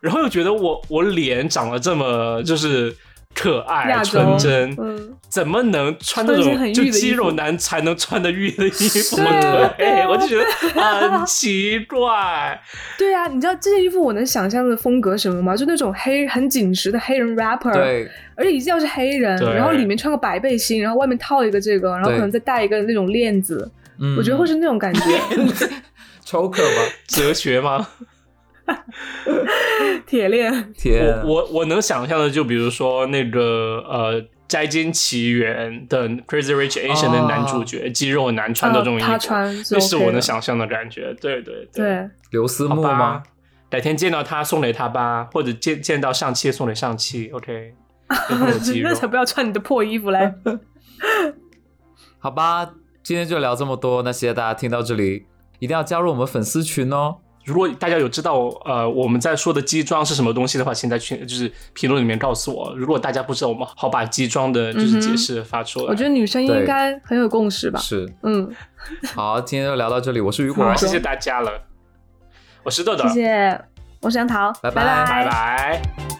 然后又觉得我我脸长得这么就是可爱亚洲纯真，嗯怎么能穿那穿一件种很御就的衣服肌肉男才能穿的御的衣服？对啊对对，啊我就觉 <laughs> 得很奇怪。对啊，你知道这件衣服我能想象的风格什么吗？就那种黑很紧实的黑人 rapper，对，而且一定要是黑人，对然后里面穿个白背心，然后外面套一个这个，然后对可能再戴一个那种链子，嗯， <laughs> 我觉得会是那种感觉。 choker 吧，哲学吗？铁链，天，我我我能想象的，就比如说那个呃摘金奇缘》的 Crazy Rich Asian 的男主角、肌肉男穿的这种衣服，啊哦他穿是那是 OK 我能的想象的感觉。对对对，刘思好慕吗吧？，改天见到他送给他吧，或者见见到上期送给上期，OK，有 <laughs> 没有肌肉那才不要穿你的破衣 <laughs> 服来。好吧，今天就聊这么多。那谢谢大家听到这里，一定要加入我们粉丝群哦。如果大家有知道呃我们在说的基装是什么东西的话，请在群就是评论里面告诉我。如果大家不知道，我们好把基装的就是解释发出来。嗯我觉得女生应对该很有共识吧。是，嗯，好，今天就聊到这里。我是雨果，好，谢谢大家了，我是豆豆谢，谢，我是杨桃，拜拜拜拜拜。